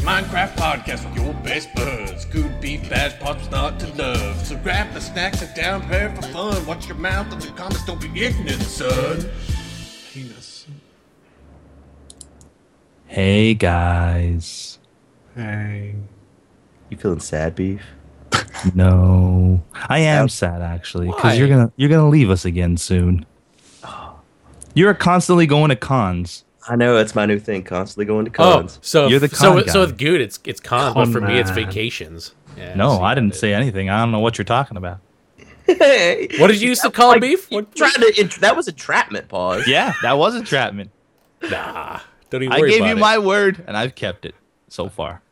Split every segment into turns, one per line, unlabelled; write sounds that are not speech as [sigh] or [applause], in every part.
Minecraft podcast with your best buds. Good beef, bad pops, not to love. So grab the snacks, sit down, prepare for fun. Watch your mouth and your comments, don't be ignorant, son. Penis.
Hey guys.
Hey.
You feeling sad, beef?
No. I am sad actually
Why?
cuz you're going to you're going to leave us again soon.
Oh.
You're constantly going to cons.
I know it's my new thing. Constantly going to
Oh,
cons.
so
You're the
so
con
so
guy.
with good, it's it's cons, but
Con
for me, it's
man.
vacations. Yeah,
No,
see.
I didn't say anything. I don't know what you're talking about.
Hey,
What did you used to call
like,
beef?
you
What,
tried to. int- that was entrapment pause.
Yeah, that was entrapment.
Nah, [laughs] don't even
I
worry
gave
about
you
it.
my word and I've kept it so
[laughs]
far.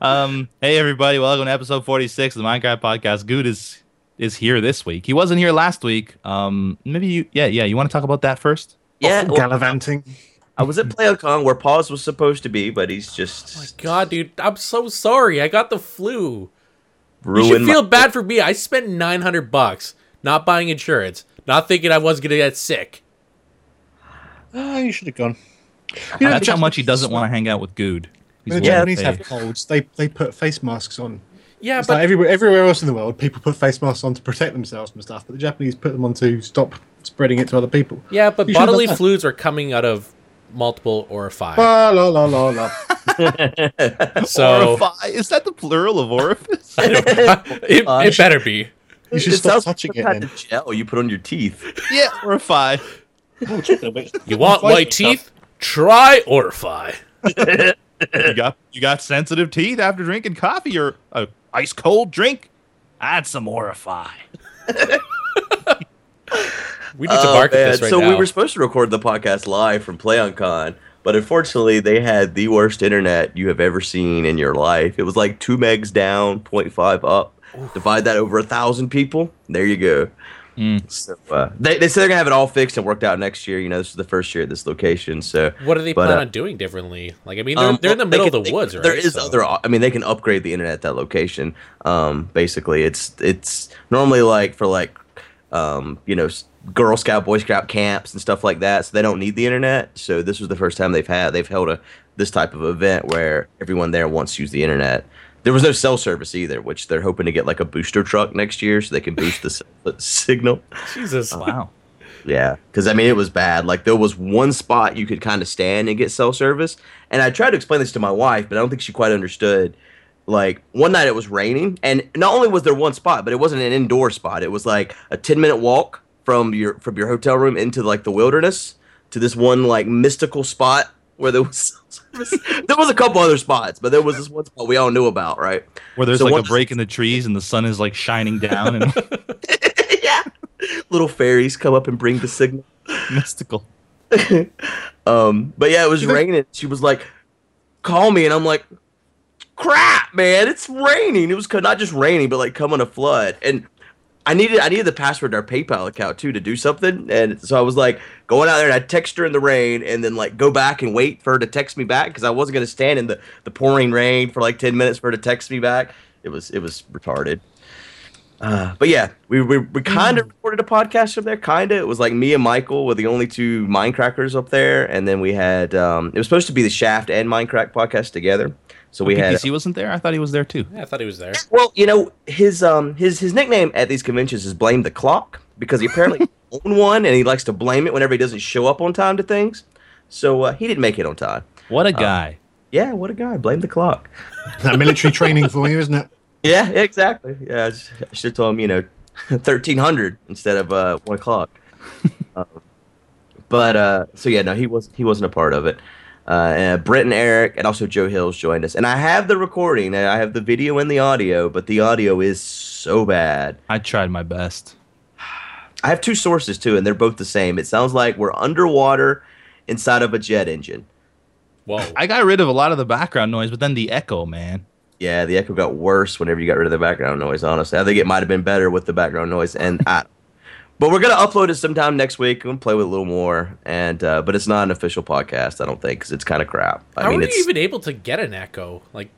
um, hey everybody, welcome to episode 46 of the Minecraft podcast. Good is is here this week. He wasn't here last week. Um, maybe you yeah, yeah, you want to talk about that first?
yeah. well,
Gallivanting.
I was at PlayOcon where pause was supposed to be, but he's
Oh my
just
God, dude, I'm so sorry. I got the flu. You should
ruined. [laughs]
feel
my-
bad for me. I spent 900 bucks not buying insurance, not thinking I was gonna get sick.
Ah, you should have gone. You
That's how
the
much he doesn't want to hang out with Good.
Japanese- when the
Yeah.
Japanese have colds, they, they put face masks on.
Yeah,
It's
but
like everywhere, everywhere else in the world, people put face masks on to protect themselves and stuff, but the Japanese put them on to stop spreading it to other people.
yeah, but
You should've
bodily
done that.
fluids are coming out of multiple orify.
La, la, la, la, la.
so
Is that the plural of [laughs] orifice?
[laughs]
it, it better be.
You should
it
stop
sounds
touching
like
it
some
then.
kind of gel you put on your teeth.
yeah, orify.
You want
Fight
white teeth? Try orify.
You got you got sensitive teeth after drinking coffee or a ice cold drink. Add some orify.
We need to
Oh,
market
man.
this right
so
now.
we were supposed to record the podcast live from PlayOnCon, but unfortunately, they had the worst internet you have ever seen in your life. It was like two megs down, 0.5 up. Divide that over a thousand people. There you go.
Hmm.
So uh, they, they said they're gonna have it all fixed and worked out next year. You know, this is the first year at this location, so.
What do they
But,
plan
uh,
on doing differently? Like, I mean, they're,
um,
they're in the
they
middle
can-
of the
they-
woods, right?
There is
So-
other. I mean, they can upgrade the internet at that location. Um, basically, it's it's normally like for like, um, you know, s- Girl Scout, Boy Scout camps and stuff like that. So they don't need the internet. So this was the first time they've had they've held a this type of event where everyone there wants to use the internet. There was no cell service either, which they're hoping to get like a booster truck next year so they can boost the s- signal. Oh,
Jesus.
Wow.
Yeah, because I mean it was bad. Like there was one spot you could kind of stand and get cell service, and I tried to explain this to my wife, but I don't think she quite understood. Like one night it was raining, and not only was there one spot, but it wasn't an indoor spot. It was like a ten minute walk from your from your hotel room into like the wilderness to this one like mystical spot where there was cell service.
[laughs]
there was a couple other spots, but there was this one spot we all knew about, right?
Where there's
So
like
one-
a break in the trees and the sun is like shining down and
[laughs]
[laughs]
yeah, little fairies come up and bring the signal.
mystical.
Um, but yeah, it was
You think-
raining. She was like, "Call me," and I'm like, "Crap, man, it's raining." It was co- not just raining, but like coming a flood, and I needed I needed the password to our PayPal account too to do something, and so I was like going out there and I text her in the rain, and then like go back and wait for her to text me back because I wasn't gonna stand in the the pouring rain for like ten minutes for her to text me back. It was it was retarded. Uh, but yeah, we we, we kind of recorded a podcast from there. Kind of, it was like me and Michael were the only two Minecrackers up there, and then we had um, it was supposed to be the Shaft and Minecraft podcast together. So we had
PPC wasn't there? I thought he was there too.
Yeah, I thought he was there.
well, you know his um his his nickname at these conventions is Blame the Clock because he apparently owned one and he likes to blame it whenever he doesn't show up on time to things. So uh, he didn't make it on time.
What a guy.
Yeah, what a guy! Blame the clock.
That military training for you, isn't it?
Yeah, exactly. Yeah, I s- I should have told him, you know, [laughs] thirteen hundred instead of uh, one o'clock. um, but uh, so yeah, no, he was he wasn't a part of it. Uh, and Brett and Eric and also Joe Hills joined us, and I have the recording, and I have the video and the audio, but the audio is so bad.
I tried my best.
I have two sources too, and they're both the same. It sounds like we're underwater inside of a jet engine.
Whoa.
I got rid of a lot of the background noise, but then the echo, man.
Yeah, the echo got worse whenever you got rid of the background noise. Honestly, I think it might have been better with the background noise. And I, but we're gonna upload it sometime next week. We'll play with it a little more. And uh, but it's not an official podcast, I don't think, because it's kind of crap. I
How
mean,
were
it's
you even able to get an echo? Like,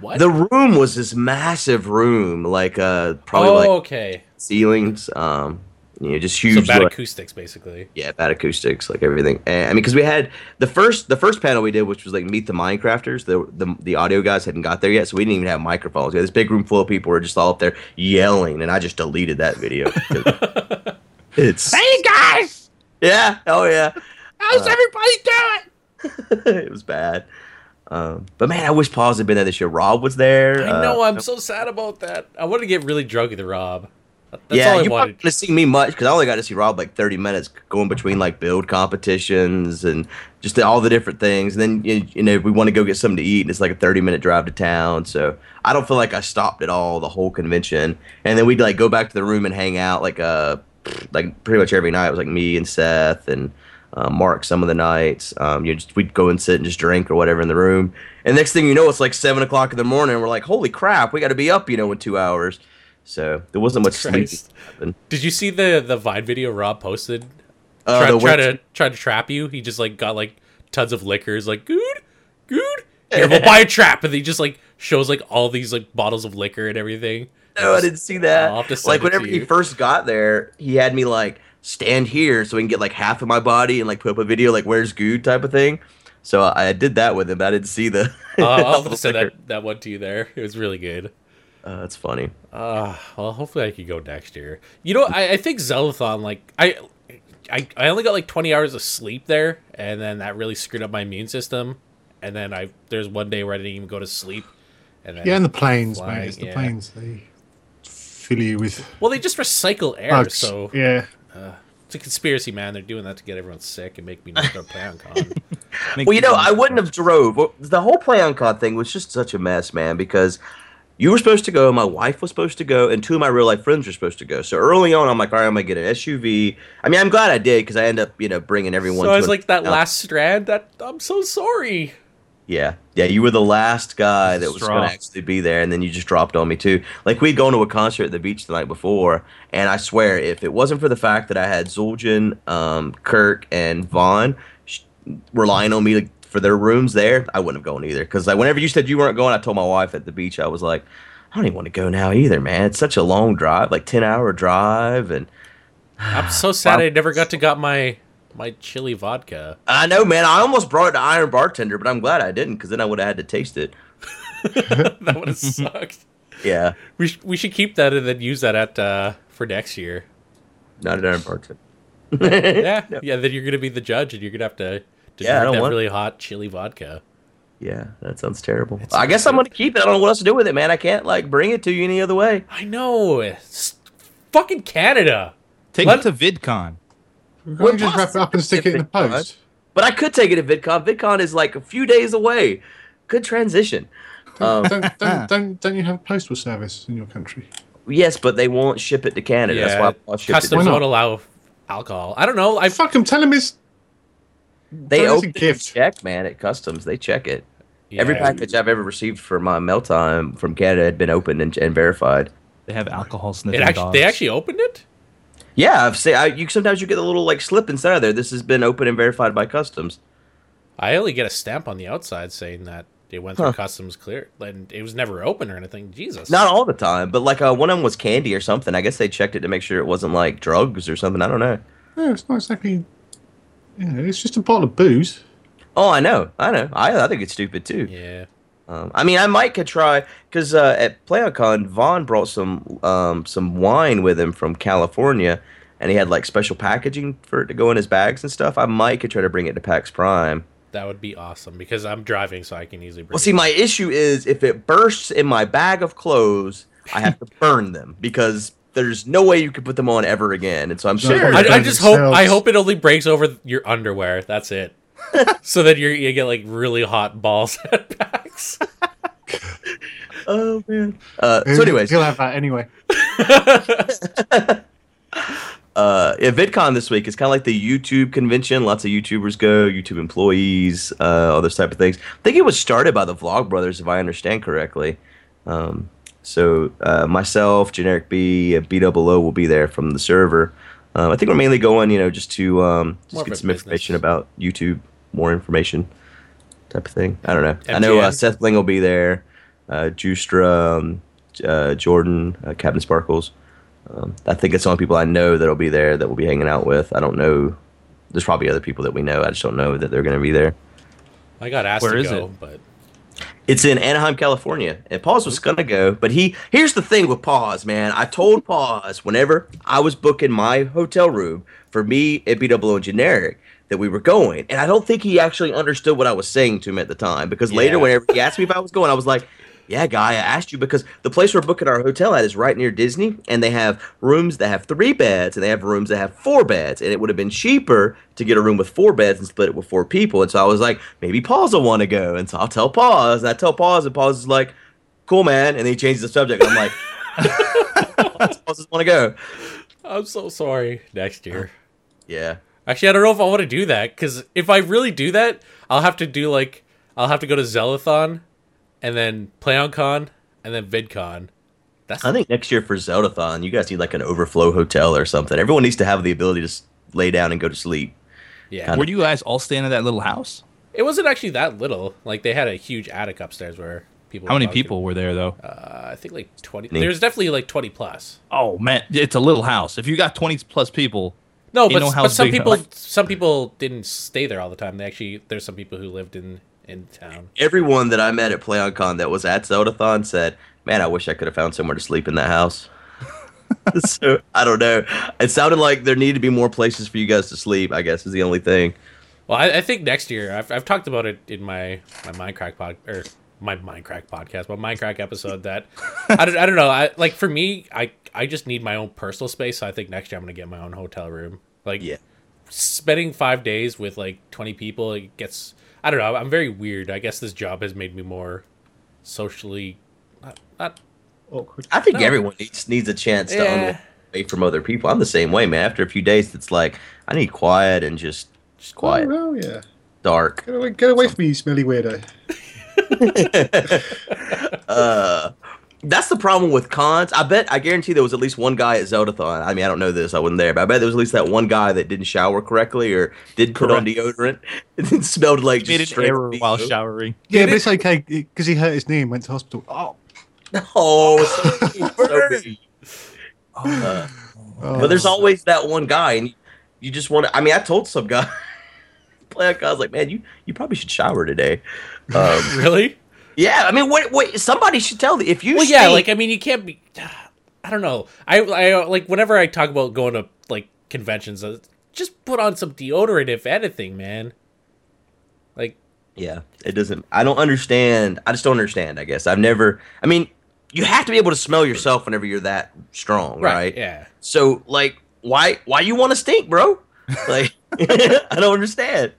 what?
the room was this massive room, like uh, probably
oh,
like
okay.
ceilings. Um, You know, just
So
huge.
bad
like-
acoustics, basically.
yeah, bad acoustics, like everything. And, I mean, because we had the first the first panel we did, which was like meet the Minecrafters. The, the the audio guys hadn't got there yet, so we didn't even have microphones. We had this big room full of people were just all up there yelling, and I just deleted that
[laughs]
video. it's
Hey guys,
yeah, oh yeah, Uh,
how's everybody doing?
[laughs] it was bad. Um, but man, I wish Paws had been there this year. Rob was there.
I know.
Uh,
I'm so sad about that. I want to get really drunk with Rob. That's
yeah,
all I
you probably
wanted.
didn't see me much because I only got to see Rob like 30 minutes going between like build competitions and just the, all the different things. And then, you, you know, we want to go get something to eat and it's like a 30 minute drive to town. So I don't feel like I stopped at all the whole convention. And then we'd like go back to the room and hang out like, uh, like pretty much every night. It was like me and Seth and uh, Mark some of the nights. Um, you just we'd go and sit and just drink or whatever in the room. And next thing you know, it's like seven o'clock in the morning. And we're like, holy crap, we got to be up, you know, in two hours. So there wasn't much sleep.
Christ. Did you see the the Vine video Rob posted?
Uh,
try,
the
try
witch-
to try to trap you. He just like got like tons of liquors. Like good,
[laughs]
good. Careful, buy a trap, and he just like shows like all these like bottles of liquor and everything.
No, I didn't see that.
I'll have to send it
like
to
whenever he
you.
first got there, he had me like stand here so we can get like half of my body and like put up a video like where's Good type of thing. So I, I did that with him. but I didn't see the.
Uh,
[laughs]
I'll have to send
liquor.
that that one to you there. It was really good.
Uh, that's funny.
Uh, well, hopefully I could go next year. You know, I, I think Zeldathon, like, I, I, I only got like 20 hours of sleep there, and then that really screwed up my immune system. And then I, there's one day where I didn't even go to sleep. And then,
Yeah, and the planes,
Flying,
mate. It's the
yeah.
planes. They fill you with
well, they just recycle air,
bugs.
so
yeah.
it's a conspiracy, man. They're doing that to get everyone sick and make me not go to [laughs] PlayOnCon.
Make
Well, you know,
people-
I wouldn't have drove. Well, The whole PlayOnCon thing was just such a mess, man, because you were supposed to go, my wife was supposed to go, and two of my real life friends were supposed to go. So early on, I'm like, all right, I'm going to get an SUV. I mean, I'm glad I did because I end up, you know, bringing everyone
so
to
I was
an-
like, that
Yeah.
last strand, that I'm so sorry.
Yeah, yeah, you were the last guy that was
Straw.
going to actually be there, and then you just dropped on me too. Like we'd gone to a concert at the beach the night before, and I swear, if it wasn't for the fact that I had Zul'jin, um, Kirk, and Vaughn sh- relying on me to, for their rooms there, I wouldn't have gone either. Because like whenever you said you weren't going, I told my wife at the beach, I was like, I don't even want to go now either, man. It's such a long drive, like ten hour drive, and
I'm so [sighs] sad
Wow.
I never got to got my, my chili vodka.
I know, man. I almost brought it to Iron Bartender, but I'm glad I didn't, because then I would have had to taste it.
[laughs] That would have sucked.
Yeah,
We, sh- we should keep that and then use that at, uh, for next year.
not at Iron Bartender. [laughs]
yeah, yeah. Then you're gonna be the judge, and you're gonna have to, to
Yeah, I
drink
don't
that
want-
really hot chili vodka.
Yeah, that sounds terrible. I guess I'm gonna keep it. I don't know what else to do with it, man. I can't like bring it to you any other way.
I know. It's fucking Canada.
take
Let-
it to VidCon.
Why
Well,
don't you just wrap it up and stick it in the
possibly-
post?
But I could take it to VidCon. VidCon is like a few days away. Good transition.
[laughs]
[laughs]
Um,
Don't, don't, don't, don't you have postal service in your country?
yes, but they won't ship it to Canada. That's why I'll ship it.
customs
Why not?
won't allow alcohol. I don't know. I
I fuck him. Tell him it's
They
That's a
open it and
gift.
check, man, at customs. They check it.
yeah.
Every package I've ever received for my mail time from Canada had been opened and, and verified.
They have alcohol
It
sniffing
actually,
dogs.
they actually opened it.
Yeah, I've seen. I, you sometimes you get a little like slip inside of there. This has been opened and verified by customs.
I only get a stamp on the outside saying that it went through
Huh.
customs clear, and it was never open or anything. Jesus.
Not all the time, but like uh, one of them was candy or something. I guess they checked it to make sure it wasn't like drugs or something. I don't know.
no, it's not exactly. You know, it's just a bottle of booze.
Oh, I know, I know. I, I think it's stupid too.
Yeah.
Um, I mean, I might could try because uh, at PlayOnCon, Vaughn brought some um, some wine with him from California, and he had like special packaging for it to go in his bags and stuff. I might could try to bring it to PAX Prime.
That would be awesome because I'm driving, so I can easily. Bring
Well, see,
it.
my issue is if it bursts in my bag of clothes, I have
[laughs]
to burn them because there's no way you could put them on ever again. And so I'm
Sure.
sure.
I, I
Burns
just hope I
themselves.
hope it only breaks over your underwear. That's
[laughs]
it. so that you're, you get like really hot balls [laughs] at packs.
Oh man. Uh, so, anyways,
he'll have that anyway.
uh, yeah, VidCon this week is kind of like the YouTube convention. Lots of YouTubers go, YouTube employees, uh, all those type of things. I think it was started by the Vlogbrothers, if I understand correctly. Um, so uh, myself, Generic B, and B00 will be there from the server. Um, I think we're mainly going, you know, just to um, just
More of
get
a
some
business.
information about YouTube, more information type of thing. I don't know. I know uh,
MGM.
Seth Bling will be there, uh, Justra, um, uh, Jordan, uh, Captain Sparkles. Um, I think it's the only people I know that'll be there that we'll be hanging out with. I don't know. There's probably other people that we know. I just don't know that they're going to be there.
I got asked
Where
to
is
go,
it?
but
It's in Anaheim, California. And Paws was gonna go, but he here's the thing with Paws, man. I told Paws whenever I was booking my hotel room for me at BWO and Generic that we were going. And I don't think he actually understood what I was saying to him at the time because later
Yeah.
whenever he asked me if I was going, I was like, yeah, guy, I asked you because the place we're booking our hotel at is right near Disney, and they have rooms that have three beds, and they have rooms that have four beds, and it would have been cheaper to get a room with four beds and split it with four people. And so I was like, maybe Paul's will want to go, and so I'll tell Paul's, and I tell Paul's, and Paul's is like, cool, man, and he changes the subject. And I'm like, Paul's just want to go.
I'm so sorry. Next year.
Yeah,
Actually, I don't know if I want to do that because if I really do that, I'll have to do like I'll have to go to Zellathon, and then PlayOnCon, and then VidCon. That's
I think next year for Zeldathon, you guys need like an overflow hotel or something. Everyone needs to have the ability to s- lay down and go to sleep.
yeah.
Were you guys all staying in that little house?
It wasn't actually that little. Like they had a huge attic upstairs where people.
How
would
many
probably-
people were there though?
Uh, I think like twenty.
Me.
There's definitely like twenty plus.
Oh man, it's a little house. If you got twenty plus people,
No,
You
but,
know how
but some
big-
people
like-
some people didn't stay there all the time. They actually there's some people who lived in in town.
everyone that I met at PlayOnCon that was at Zeldathon said, "Man, I wish I could have found somewhere to sleep in that [laughs] house." so I don't know. It sounded like there needed to be more places for you guys to sleep. I guess is the only thing.
Well, I, I think next year I've, I've talked about it in my my Minecraft pod or my Minecraft podcast, my Minecraft
[laughs]
episode. That I don't I don't know. I like for me, I I just need my own personal space. So I think next year I'm gonna get my own hotel room. Like
Yeah.
spending five days with like 20 people it gets i don't know i'm very weird i guess this job has made me more socially not, not
Awkward.
I think
No.
everyone needs needs a chance to
Yeah.
unwind away from other people. I'm the same way, man. After a few days, it's like I need quiet and just just quiet,
Oh, well, yeah.
dark.
Get away, get away from me, you smelly weirdo.
uh, that's the problem with cons. I bet, I guarantee there was at least one guy at Zeldathon. I mean, I don't know this, I wasn't there, but I bet there was at least that one guy that didn't shower correctly or did put on deodorant [laughs] and then smelled like
made
just
an
straight
error while
pee.
showering.
Yeah, but it's okay because he hurt his knee and went to hospital. Oh,
[laughs] Oh, so mean, so mean. Uh,
Oh.
but there's always that one guy, and you just want to. I mean, I told some guy, [laughs] play guy, I was like, man, you, you probably should shower today. Um,
[laughs] really
yeah, I mean, what, what, somebody should tell the if you
well yeah
stay-
like i mean you can't be i don't know i i like whenever i talk about going to like conventions uh, just put on some deodorant if anything man like
Yeah, it doesn't. I don't understand. I just don't understand. I guess I've never. I mean, you have to be able to smell yourself whenever you're that strong,
right,
right?
yeah
So, like, why why you want to stink, bro? Like, [laughs] I don't understand.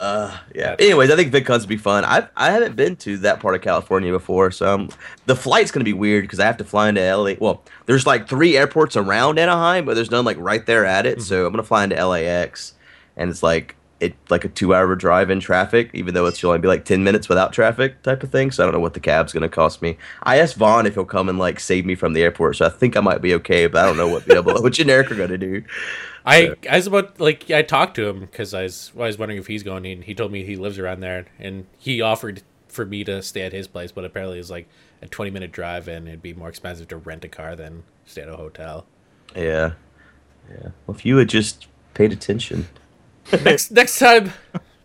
Uh, yeah. Anyways, I think VidCon's would be fun. I I haven't been to that part of California before, so I'm, the flight's gonna be weird because I have to fly into LA. Well, there's like three airports around Anaheim, but there's none like right there at it. So I'm gonna fly into LAX, and it's like it like a two hour drive in traffic, even though it's only be like ten minutes without traffic type of thing. So I don't know what the cab's gonna cost me. I asked Vaughn if he'll come and like save me from the airport, so I think I might be okay, but I don't know what the what generic are gonna do. [laughs]
I, I was about like I talked to him because I was I was wondering if he's going. And he told me he lives around there, and he offered for me to stay at his place, but apparently it's like a twenty minute drive, and it'd be more expensive to rent a car than stay at a hotel.
Yeah, yeah. Well, if you had just paid attention.
next next time,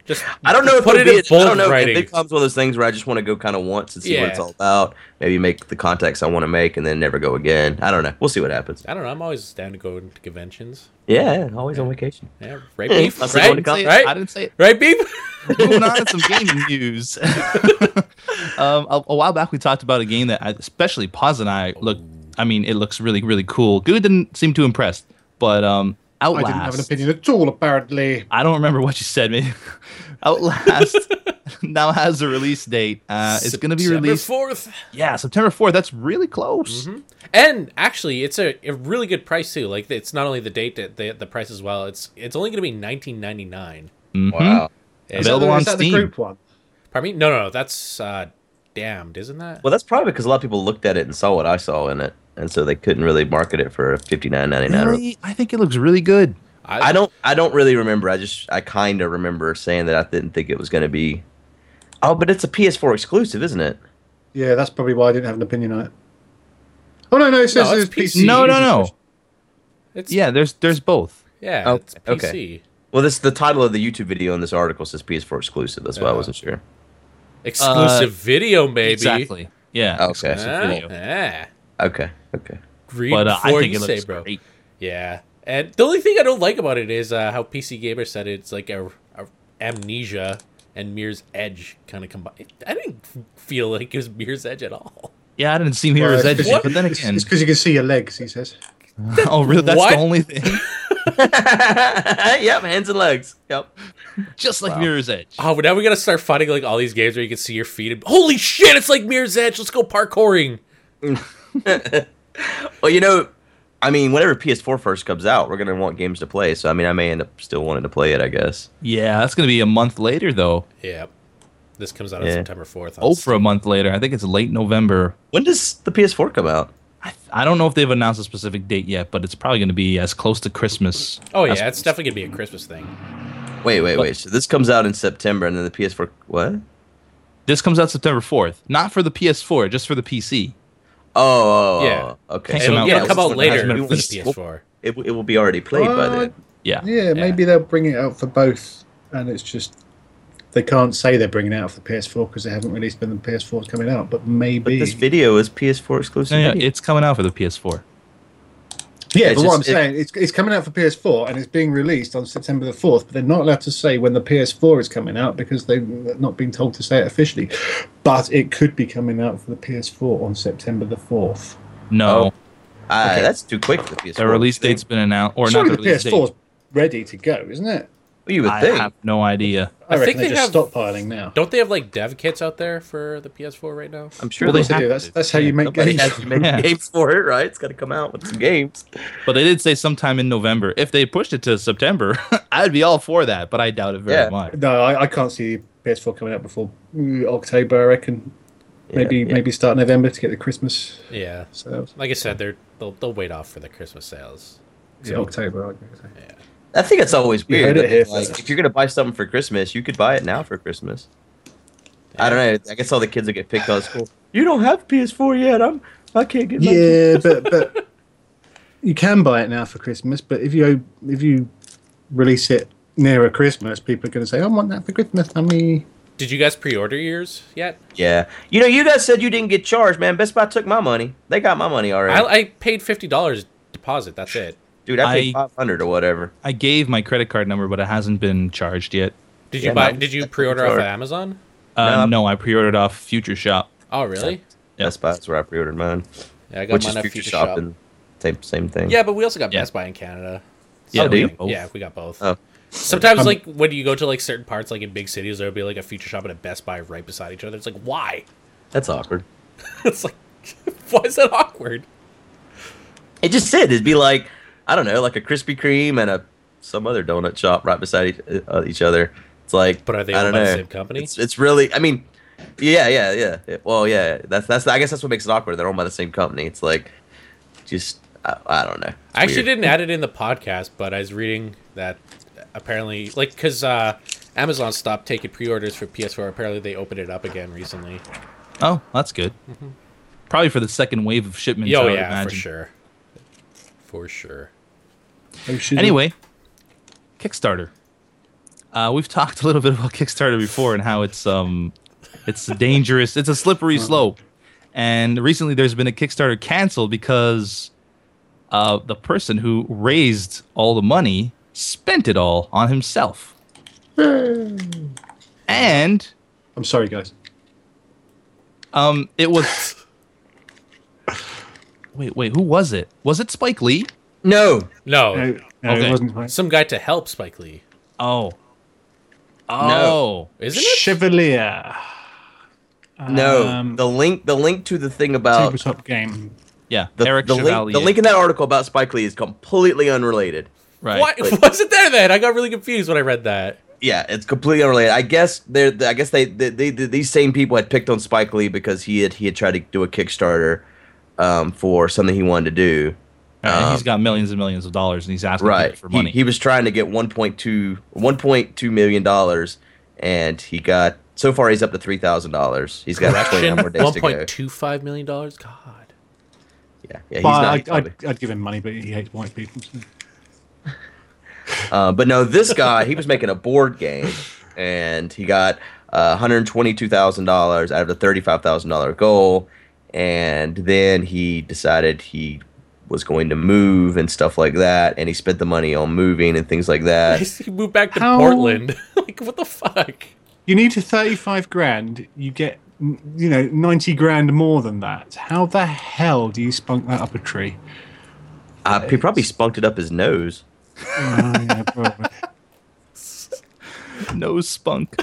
just
I don't know if
put it
it'll be
in
a- I
bold
don't know
writing.
if it becomes one of those things where I just want to go kind of once and see what
Yeah.
it's all about. Maybe make the contacts I want to make and then never go again. I don't know. We'll see what happens.
I don't know. I'm always down to go to conventions.
Yeah, yeah, always on vacation.
[laughs]
Yeah, right,
Hey,
beef,
that's the one to
right,
come.
Say it.
Right?
I didn't say it.
right, beef.
Moving on to some gaming [laughs] news. um, a, a while back, we talked about a game that, I, especially Paz and I, look. I mean, it looks really, really cool. Good didn't seem too impressed, but um,
Oh, I
Outlast.
didn't have an opinion at all, apparently.
I don't remember what you said, man. [laughs] Outlast [laughs] now has a release date. Uh, it's going to be released.
fourth.
Yeah, September 4th. That's really close.
Mm-hmm.
And actually, it's a, a really good price too. Like it's not only the date, the the price as well. It's it's only going to be 19.99.
Mhm.
Wow.
Is
Available
that, the-
on
is that
Steam.
the group one?
Pardon me? No, no, no, that's uh, damned, isn't that?
Well, that's probably because a lot of people looked at it and saw what I saw in it, and so they couldn't really market it for fifty nine ninety nine.
Really? I think it looks really good.
I don't. I don't really remember. I just. I kind of remember saying that I didn't think it was going to be. Oh, but it's a PS4 exclusive, isn't it?
Yeah, that's probably why I didn't have an opinion on it. Oh no, no, it says
No, it's
it's PC.
PC.
No, no, no.
It's
Yeah, there's there's both.
yeah.
Oh,
it's PC.
okay. Well, this the title of the YouTube video in this article says PS4 exclusive. That's why I
Yeah.
wasn't sure.
Exclusive video, maybe.
Uh, Exactly. Yeah.
Okay.
exclusive
Ah,
video.
ah.
Okay, okay.
Read
But uh, I
before
think
you
it
say,
looks
bro.
great.
Yeah, and the only thing I don't like about it is uh, how PC Gamer said it's like a, a amnesia and Mirror's Edge kind of combined. I didn't feel like it was Mirror's Edge at all.
Yeah, I didn't see Mirror's Edge, yet, but then
[laughs]
again,
it's because you can see your legs. He says.
[laughs] oh really? That's
What?
the only thing. [laughs]
[laughs] yep, hands and legs. Yep.
Just like Mirror's Edge.
Oh, but now we gotta start finding like all these games where you can see your feet. And, Holy shit! It's like Mirror's Edge. Let's go parkouring.
Well, you know, I mean, whenever PS4 first comes out, we're gonna want games to play. So I mean, I may end up still wanting to play it. I guess.
Yeah, that's gonna be a month later though.
Yeah, this comes out on
Yeah.
September fourth.
Oh, for a month later. I think it's late November.
When does the PS4 come out?
I, I don't know if they've announced a specific date yet, but it's probably gonna be as close to Christmas.
Oh
as-
yeah, it's definitely gonna be a Christmas thing.
Wait, wait, wait. So this comes out in September, and then the PS4 what?
This comes out September fourth. Not for the PS4, just for the PC.
Oh,
Yeah.
Okay.
Hey,
It'll,
out-
it'll
yeah,
come
it's-
out
it
later
hasn't
for
been
the
released.
PS4.
It, w- it will be already played by
Uh,
then.
Yeah.
Yeah, maybe they'll bring it out for both, and it's just they can't say they're bringing it out for the PS4 because they haven't released when the PS4 is coming out. But
But
maybe,
this video is PS4
No,
exclusive.
yeah, it's coming out for the PS4.
yeah.
it's
But what I'm
just- it-
saying, it's, it's coming out for PS4 and it's being released on September the fourth. But they're not allowed to say when the PS4 is coming out because they've not been told to say it officially. But it could be coming out for the PS4 on September the fourth.
No,
Oh, Ah,
Okay.
that's too quick for the PS4.
the release date's been announced, or
Surely
not
the
the release
PS4
date.
is ready to go, isn't it?
You would
I
think.
have no idea.
I,
I
reckon
think
they're
they
just
have-
stockpiling now.
Don't they have like dev kits out there for the PS4 right now?
I'm sure
Well, they
there's
They
have
do.
to.
That's, that's how you make
somebody
games.
has to
[laughs]
make
Yeah.
games for it, right? It's got to come out with some games.
But they did say sometime in November. If they pushed it to September, [laughs] I'd be all for that, but I doubt it very
Yeah.
much.
No, I, I can't see PS4 coming out before mm, October. I reckon maybe
yeah.
maybe start November to get the Christmas
Yeah,
sales.
like I said, they're they'll, they'll wait off for the Christmas sales.
Yeah, October. I guess.
I think it's always
You
weird.
heard it here
like,
first.
if you're gonna buy something for Christmas, you could buy it now for Christmas. I don't know. I guess all the kids will get picked on at school. [laughs] You don't have PS4 yet. I'm. I can't get. mine."
Yeah, but but [laughs] you can buy it now for Christmas. But if you if you release it nearer Christmas, people are going to say, "I want that for Christmas, mummy."
Did you guys pre-order yours yet?
Yeah. You know, you guys said you didn't get charged, man. Best Buy took my money. They got my money already.
I, I paid fifty dollars deposit. That's it.
Dude, I paid
I-
500 or whatever.
I gave my credit card number, but it hasn't been charged yet.
Did you
Yeah,
buy?
no.
Did
I
you
paid
pre-order off of
for it.
Amazon?
Uh,
No.
no, I pre-ordered off Future Shop.
Oh, really?
Yeah.
Best Buy is where I pre-ordered mine,
Yeah, I got
which
mine
is
at
Future Shop, and same same thing.
yeah, but we also got
Yeah.
Best Buy in Canada.
Yeah,
Same
we
thing.
got both.
yeah, we got both.
Oh.
Sometimes,
Um,
like when you go to like certain parts, like in big cities, there'll be like a Future Shop and a Best Buy right beside each other. It's like, why? [laughs]
That's awkward.
It's like, [laughs] why is that awkward?
It just said it'd be like I don't know, like a Krispy Kreme and a some other donut shop right beside each, uh, each other. It's like,
But are they
I
owned
don't
by
know.
the same company?
It's, it's really, I mean, yeah, yeah, yeah. It- well, yeah, that's that's. I guess that's what makes it awkward. They're owned by the same company. It's like, just I, I don't know. It's
I actually
weird.
didn't add it in the podcast, but I was reading that apparently, like, because uh, Amazon stopped taking pre-orders for PS4. Apparently, they opened it up again recently.
Oh, that's good. Probably for the second wave of shipments. I
Mm-hmm. Oh
would
yeah, for
imagine.
sure, for sure.
Oh, should
Mm-hmm.
we-
Anyway, Kickstarter. Uh, we've talked a little bit about Kickstarter before and how it's um, it's dangerous. It's a slippery
Uh-huh.
slope. And recently, there's been a Kickstarter canceled because uh, the person who raised all the money spent it all on himself. and
I'm sorry, guys.
um, it
[laughs]
was. wait, wait, who was it? Was it Spike Lee?
No,
No,
No, no,
Okay.
it wasn't. Right.
some guy to help Spike Lee.
Oh. Oh.
Isn't it?
Chevalier
no.
Um,
the link, the link to the thing about
tabletop game.
Yeah.
the,
Eric
the link,
Chevalier.
the link in that article about Spike Lee is completely unrelated.
Right.
Why [laughs] was it there then? I got really confused when I read that.
Yeah, it's completely unrelated. I guess they're. I guess they, they, they, these same people had picked on Spike Lee because he had he had tried to do a Kickstarter um, for something he wanted to do.
Right, and he's
Um,
got millions and millions of dollars, and he's asking
Right,
people for
He-
money.
He, was trying to get 1.2 1.2 million dollars, and he got so far he's up to three thousand dollars. He's got 29 more days
One
to go.
point two five million dollars. God,
Yeah, yeah, he's
but
not.
I,
he's probably-
I'd, I'd give him money, but he hates white people. So.
Uh, but no, this guy, he was making a board game, and he got uh, $122,000 out of the $35,000 goal. And then he decided he was going to move and stuff like that, and he spent the money on moving and things like that.
[laughs] He moved back to
How-
Portland. [laughs] like what the fuck?
You need to 35 grand, you get, mm, you know, 90 grand more than that. How the hell do you spunk that up a tree?
Uh, he probably spunked it up his nose.
Oh, [laughs] yeah, probably.
No spunk.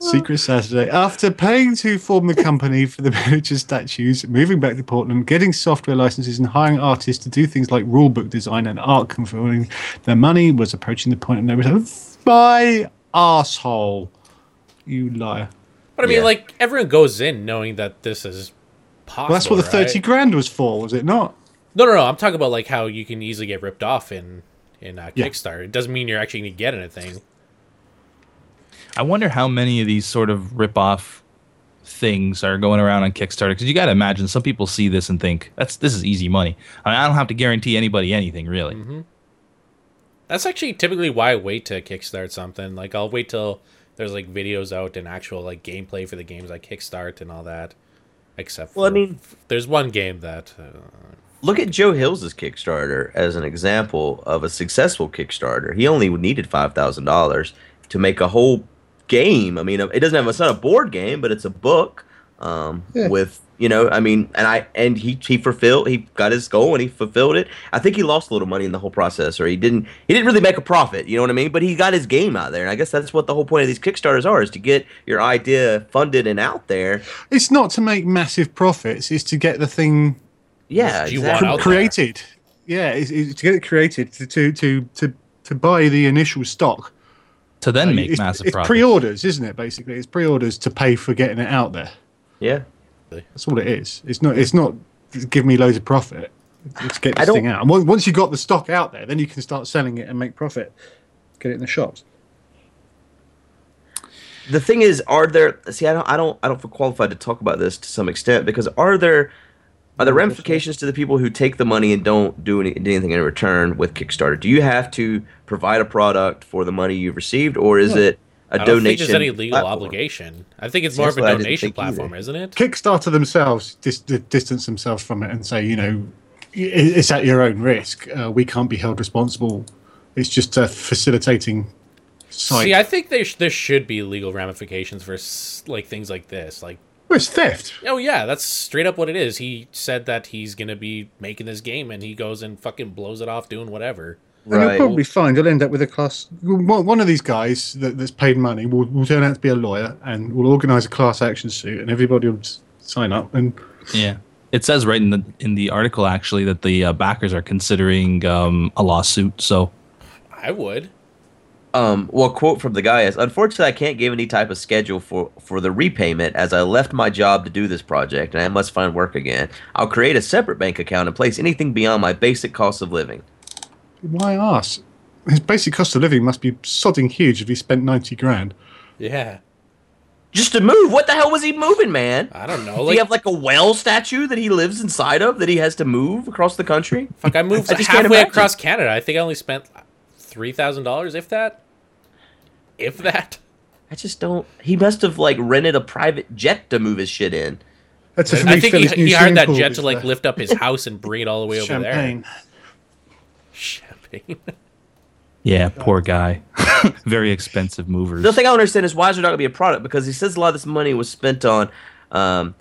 Secret Saturday. After paying to form the company for the [laughs] miniature statues, moving back to Portland, getting software licenses, and hiring artists to do things like rulebook design and art conforming, their money was approaching the point of no return. My asshole, you liar!
But I mean,
Yeah.
like everyone goes in knowing that this is possible.
Well, that's what the
right?
thirty grand was for, was it not?
No, no, no. I'm talking about like how you can easily get ripped off in in uh,
Yeah.
Kickstarter. It doesn't mean you're actually going to get anything.
I wonder how many of these sort of rip-off things are going around on Kickstarter because you got to imagine some people see this and think that's this is easy money. I, mean, I don't have to guarantee anybody anything really.
Mm-hmm.
That's actually typically why I wait to kickstart something. Like I'll wait till there's like videos out and actual like gameplay for the games I kickstart and all that. Except for
Well, I mean-
there's one game that uh,
Look at Joe Hill's Kickstarter as an example of a successful Kickstarter. He only needed five thousand dollars to make a whole game. I mean, it doesn't have it's not a board game, but it's a book um,
Yeah.
with you know. I mean, and I and he he fulfilled. He got his goal and he fulfilled it. I think he lost a little money in the whole process, or he didn't. He didn't really make a profit. You know what I mean? But he got his game out there, and I guess that's what the whole point of these Kickstarters are: is to get your idea funded and out there.
It's not to make massive profits; it's to get the thing
Yeah,
Do you
exactly.
want out there.
created. Yeah, it's, it's to get it created to to to to, to buy the initial stock.
To then make
Uh, it's,
massive
it's
profits.
pre-orders, isn't it? Basically, it's pre-orders to pay for getting it out there.
yeah.
That's all it is. It's not. It's not give me loads of profit. Let's get
I
this
don't-
thing out. And on- once you got the stock out there, then you can start selling it and make profit. Get it in the shops.
the thing is, are there? See, I don't, I don't, I don't feel qualified to talk about this to some extent because are there, are there ramifications to the people who take the money and don't do any, do anything in return with Kickstarter? Do you have to provide a product for the money you've received, or is it a
I don't
donation?
think there's any legal
platform?
obligation. I think it's
See,
more
that's
of a
what I didn't
donation
think either.
platform, isn't it?
Kickstarter themselves dis- di- distance themselves from it and say, you know, i- it's at your own risk. Uh, we can't be held responsible. It's just a facilitating site.
See, I think there sh- there should be legal ramifications for s- like things like this. Like,
well, it's theft.
oh yeah, that's straight up what it is. He said that he's gonna be making this game, and he goes and fucking blows it off doing whatever.
And
Right.
you'll probably find you'll end up with a class. One one of these guys that, that's paid money will, will turn out to be a lawyer and will organise a class action suit, and everybody will s- sign up. And
Yeah. It says right in the in the article actually that the uh, backers are considering um, a lawsuit. So
I would.
Um, well, quote from the guy is: "Unfortunately, I can't give any type of schedule for for the repayment as I left my job to do this project, and I must find work again. I'll create a separate bank account and place anything beyond my basic cost of living."
why arse? His basic cost of living must be sodding huge if he spent ninety grand.
Yeah,
just to move. What the hell was he moving, man?
I
[laughs]
don't know.
Do
Like,
you have like a whale statue that he lives inside of that he has to move across the country?
fuck, I
[laughs]
moved
I just can't
halfway
imagine.
across Canada. I think I only spent three thousand dollars, if that, if that.
I just don't. He must have like rented a private jet to move his shit in.
That's a
I think he,
Philly's new
he hired
swimming
that
pool
jet
is
to like
the
lift up his house and bring it all the way over
champagne.
there. Champagne.
yeah, poor guy. [laughs] Very expensive movers.
The thing I don't understand is why is there not gonna be a product because he says a lot of this money was spent on, um,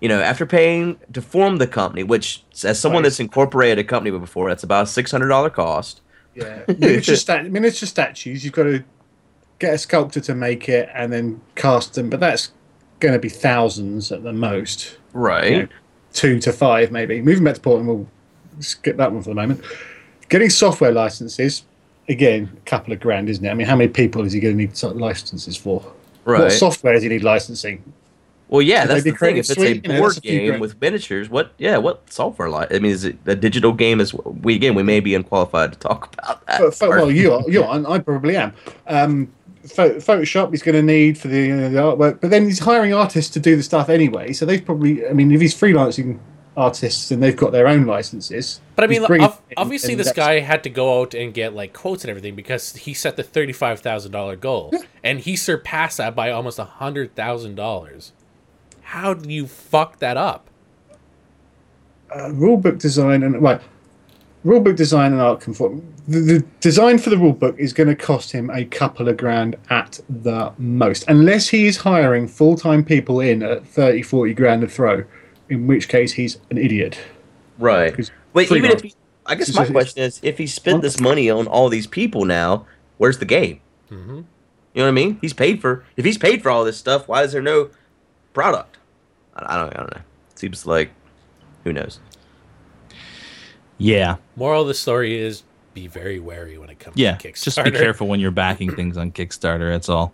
you know, after paying to form the company, which as someone
Right.
that's incorporated a company before, that's about a six hundred dollar cost.
[laughs] Yeah, miniature, stat- miniature statues. You've got to get a sculptor to make it and then cast them, but that's going to be thousands at the most.
Right.
two to five, maybe. Moving back to Portland, we'll skip that one for the moment. Getting software licenses, again, a couple of grand, isn't it? I mean, how many people is he going to need so- licenses for?
Right.
What software does he need licensing?
Well, yeah,
Could they
that's
be
the thing.
creative
If it's a
suite? You know,
board
that's a few
game
grand.
with miniatures, what? Yeah, what software? Like, I mean, is it a digital game? Is we again? We may be unqualified to talk about that.
But, but-
part.
well, you are, you are, and I probably am. Um, pho- Photoshop he's going to need for the, you know, the artwork, but then he's hiring artists to do the stuff anyway. So they've probably, I mean, if he's freelancing artists and they've got their own licenses.
But I
he's
mean,
bringing
ob-
in-
obviously,
in
this
that-
guy had to go out and get like quotes and everything because he set the thirty-five thousand dollar goal, and he surpassed that by almost a hundred thousand dollars. How do you fuck that up?
uh, rulebook design and right, rulebook design and art conform. The, the design for the rulebook is going to cost him a couple of grand at the most, unless he is hiring full time people in at 30, 40 grand a throw, in which case he's an idiot.
Right.
'Cause
Wait,
free
even
roam.
if he, I guess
It's
my
just-
question is, if he spent this money on all these people now, where's the game? You know what I mean? He's paid for. If he's paid for all this stuff, why is there no product? I, I don't. I don't know. seems like who knows.
Yeah.
Moral of the story is be very wary when it comes
Yeah.
to Kickstarter.
Just be careful when you're backing things on Kickstarter. That's all.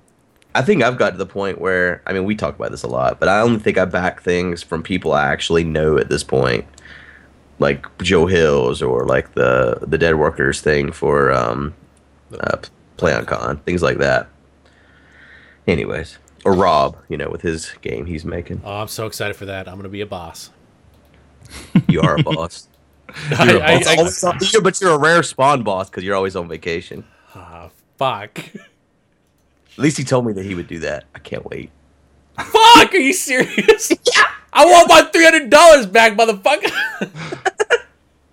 I think I've got to the point where I mean we talk about this a lot, but I only think I back things from people I actually know at this point, like Joe Hills or like the the Dead Workers thing for um, uh, PlayOnCon things like that. Anyways, or Rob, you know, with his game he's
[laughs]
making.
[laughs] Oh, I'm so excited for that! I'm gonna be a boss.
You are a boss.
[laughs] I, I,
It's
I,
always- yeah, but you're a rare spawn boss because you're always on vacation.
ah, fuck! [laughs]
At least he told me that he would do that. I can't wait.
Fuck! Are you serious? I want my three hundred dollars back, motherfucker.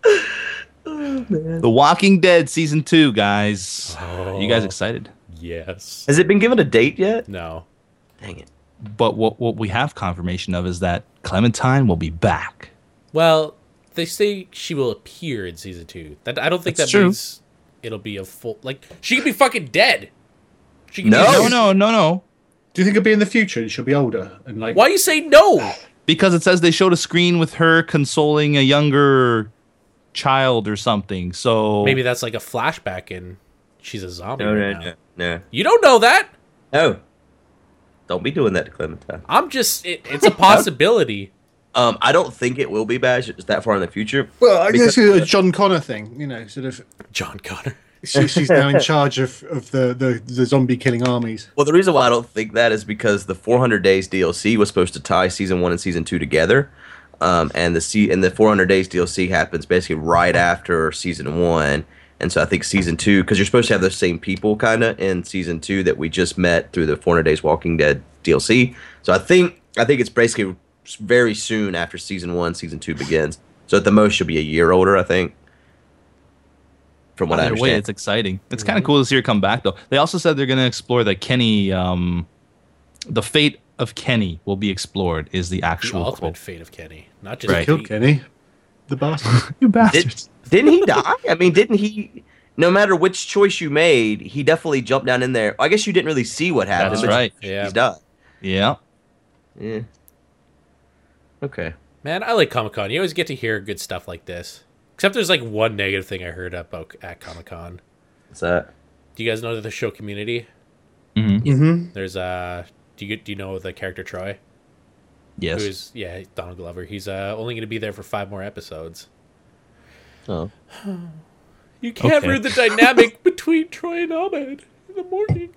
[laughs]
The Walking Dead season two, guys. You guys excited?
yes.
Has it been given a date yet?
No.
Dang it.
But what what we have confirmation of is that Clementine will be back.
Well, they say she will appear in season two. That I don't think
That's
that
true.
means it'll be a full. Like she could be fucking dead. She could
No.
Be,
No, no, no, no.
Do you think it'll be in the future and she'll be older and like?
Why you say no?
Because it says they showed a screen with her consoling a younger child or something. So
Maybe that's like a flashback and she's a zombie.
No,
right
no,
now.
no, no.
You don't know that.
No. Oh. Don't be doing that to Clementine.
I'm just. It,
[laughs]
it's a possibility.
Um, I don't think it will be Bash. It's that far in the future.
Well, I guess
Because-
it's a John Connor thing, you know, sort of.
John Connor.
[laughs]
She, she's now in charge of, of the, the, the zombie killing armies.
Well, the reason why I don't think that is because the 400 Days DLC was supposed to tie season one and season two together, um, and the C- and the 400 Days DLC happens basically right after season one, and so I think season two because you're supposed to have those same people kind of in season two that we just met through the 400 Days Walking Dead DLC. So I think I think it's basically s- very soon after season one, season two begins. So at the most, she'll be a year older, I think. From what I
Either way,
understand,
it's exciting. It's kind of cool to see her come back, though. They also said they're going to explore that Kenny, um, the fate of Kenny will be explored. Is the
The
actual
ultimate
quote?
fate of Kenny, not just
Right.
Pete.
Killed Kenny, the [laughs] bastard.
You bastard!
Did, didn't he die? I mean, didn't he? No matter which choice you made, he definitely jumped down in there. I guess you didn't really see what happened.
That's
but
right.
He's
Yeah.
died.
Yeah,
Yeah. Okay.
Man, I like Comic Con. You always get to hear good stuff like this. Except there's like one negative thing I heard about at Comic Con.
What's that?
Do you guys know the show Community?
mm-hmm.
There's uh, do you do you know the character Troy?
yes.
Who's yeah Donald Glover? He's uh only going to be there for five more episodes.
Oh.
You can't
Okay.
ruin the dynamic [laughs] between Troy and Ahmed in the morning.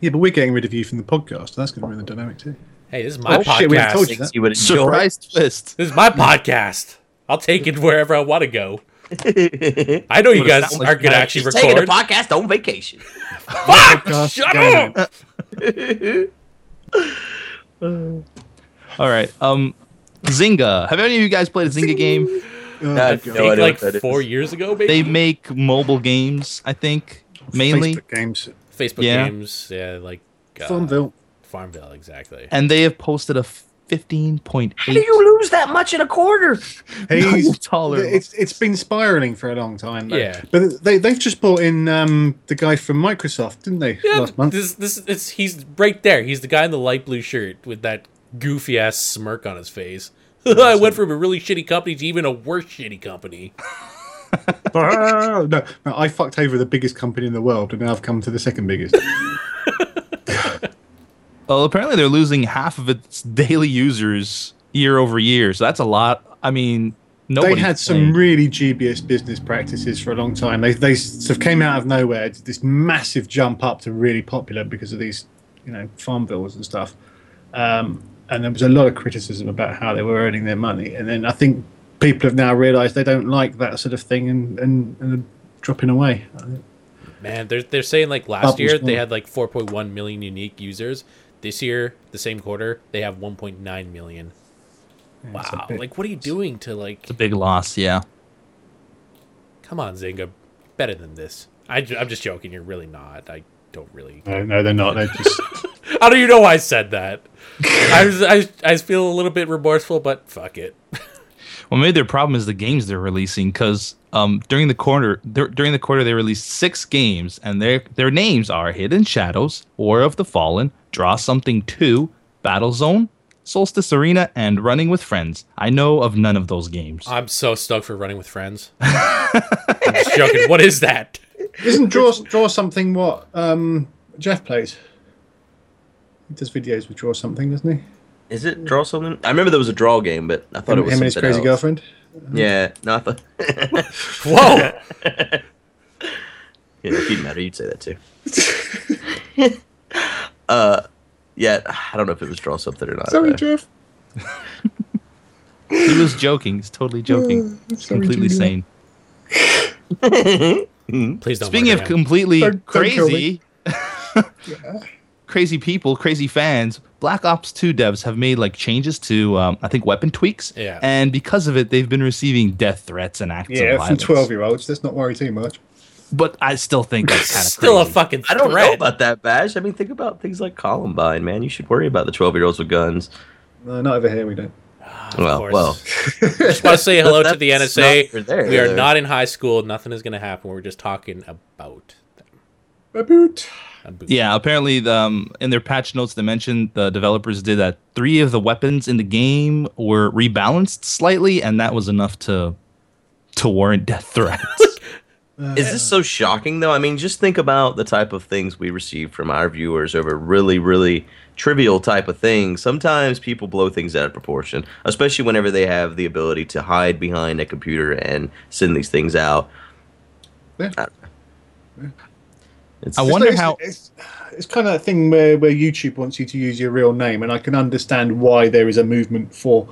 Yeah, but we're getting rid of you from the podcast. That's going to ruin the dynamic too.
Hey, this is
Oh,
my podcast.
shit, we haven't told you
You would enjoy.
Surprise twist.
This is my podcast. I'll take it wherever I want to [laughs] go. I know you
Would've
guys
sound like
aren't going to
that.
actually
Taking the
record.
podcast on vacation.
Podcast
Shut
game.
up!
All right. Um, Zynga. Have any of you guys played a Zynga game?
Oh,
Uh,
God.
No idea
like
what that is.
four years ago, maybe.
They make mobile games, I think, mainly,
Facebook games.
Facebook
Yeah.
games, yeah, like uh,
Farmville.
Farmville, exactly.
and they have posted a fifteen point
How do
eight.
you lose that much in a quarter?
He's- [laughs]
taller.
It's it's been spiraling for a long time. Though.
Yeah.
but they they've just brought in um, the guy from Microsoft, didn't they?
Yeah,
last month.
this this it's he's right there. He's the guy in the light blue shirt with that goofy ass smirk on his face. [laughs] I went from a really shitty company to even a worse shitty company.
Ah, [laughs] no, no, I fucked over the biggest company in the world, and now I've come to the second biggest.
Well, apparently they're losing half of its daily users year over year. So that's a lot. I mean, Nobody
they had some really dubious business practices for a long time. They they sort of came out of nowhere, did this massive jump up to really popular because of these, you know, farm bills and stuff. Um, and there was a lot of criticism about how they were earning their money. And then I think people have now realised they don't like that sort of thing and and, and are dropping away.
Man, they're they're saying like last
Bubbles
year
form.
they had like 4.1 million unique users. This year, the same quarter, they have 1.9 million.
It's a
Wow!
bit-
Like, what are you doing to like?
It's a big loss. Yeah.
Come on, Zynga, better than this. I, am just joking. You're really not. I don't really.
no, no, they're not. They're just
How do you know I said that? I was I, I feel a little bit remorseful, but fuck it.
Well, maybe their problem is the games they're releasing because um, during the quarter, dur- during the quarter, they released six games, and their their names are Hidden Shadows, War of the Fallen, Draw Something Two, Battle Zone, Solstice Arena, and Running with Friends. I know of none of those games.
I'm so stoked for running with friends. [laughs] I'm just joking. What is that?
[laughs] Isn't draw draw something what um, Jeff plays? He does videos with draw something, doesn't he?
Is it draw something? I remember there was a draw game, but I thought
him
it was
him and his
something
crazy
else.
girlfriend.
Yeah, no, I thought. [laughs]
Whoa!
Yeah, if you matter, you'd say that too. [laughs] uh, yeah, I don't know if it was draw something or not.
Sorry,
though.
Jeff.
he was joking. [sighs] He's totally joking. It's
sorry,
completely
Junior.
sane.
Please don't.
Speaking
murder
of
him.
completely
Don't- don't kill
[laughs] crazy, crazy people, crazy fans, Black Ops 2 devs have made like changes to, um, I think, weapon tweaks.
Yeah.
And because of it, they've been receiving death threats and acts of
Yeah, from
violence.
twelve year olds. Let's not worry too much.
But I still think that's kind of
still a
crazy.
fucking.
I don't know
threat.
about that, Bash. I mean, think about things like Columbine, man. You should worry about the 12 year olds with guns.
No, not over here. We don't.
well,
course. [laughs]
well.
Just want to say hello to the
That's
NSA.
not for there,
we are
though.
not in high school. Nothing is going to happen. We're just talking about them.
A boot.
About-
Yeah, apparently the, um, in their patch notes they mentioned the developers did that three of the weapons in the game were rebalanced slightly, and that was enough to to warrant death
[laughs]
threats.
Is this so shocking, though? I mean, just think about the type of things we receive from our viewers over really, really trivial type of things. Sometimes people blow things out of proportion, especially whenever they have the ability to hide behind a computer and send these things out. Uh,
Yeah.
It's,
I
It's
wonder
like-
how
It's, it's kind of a thing where, where YouTube wants you to use your real name, and I can understand why there is a movement for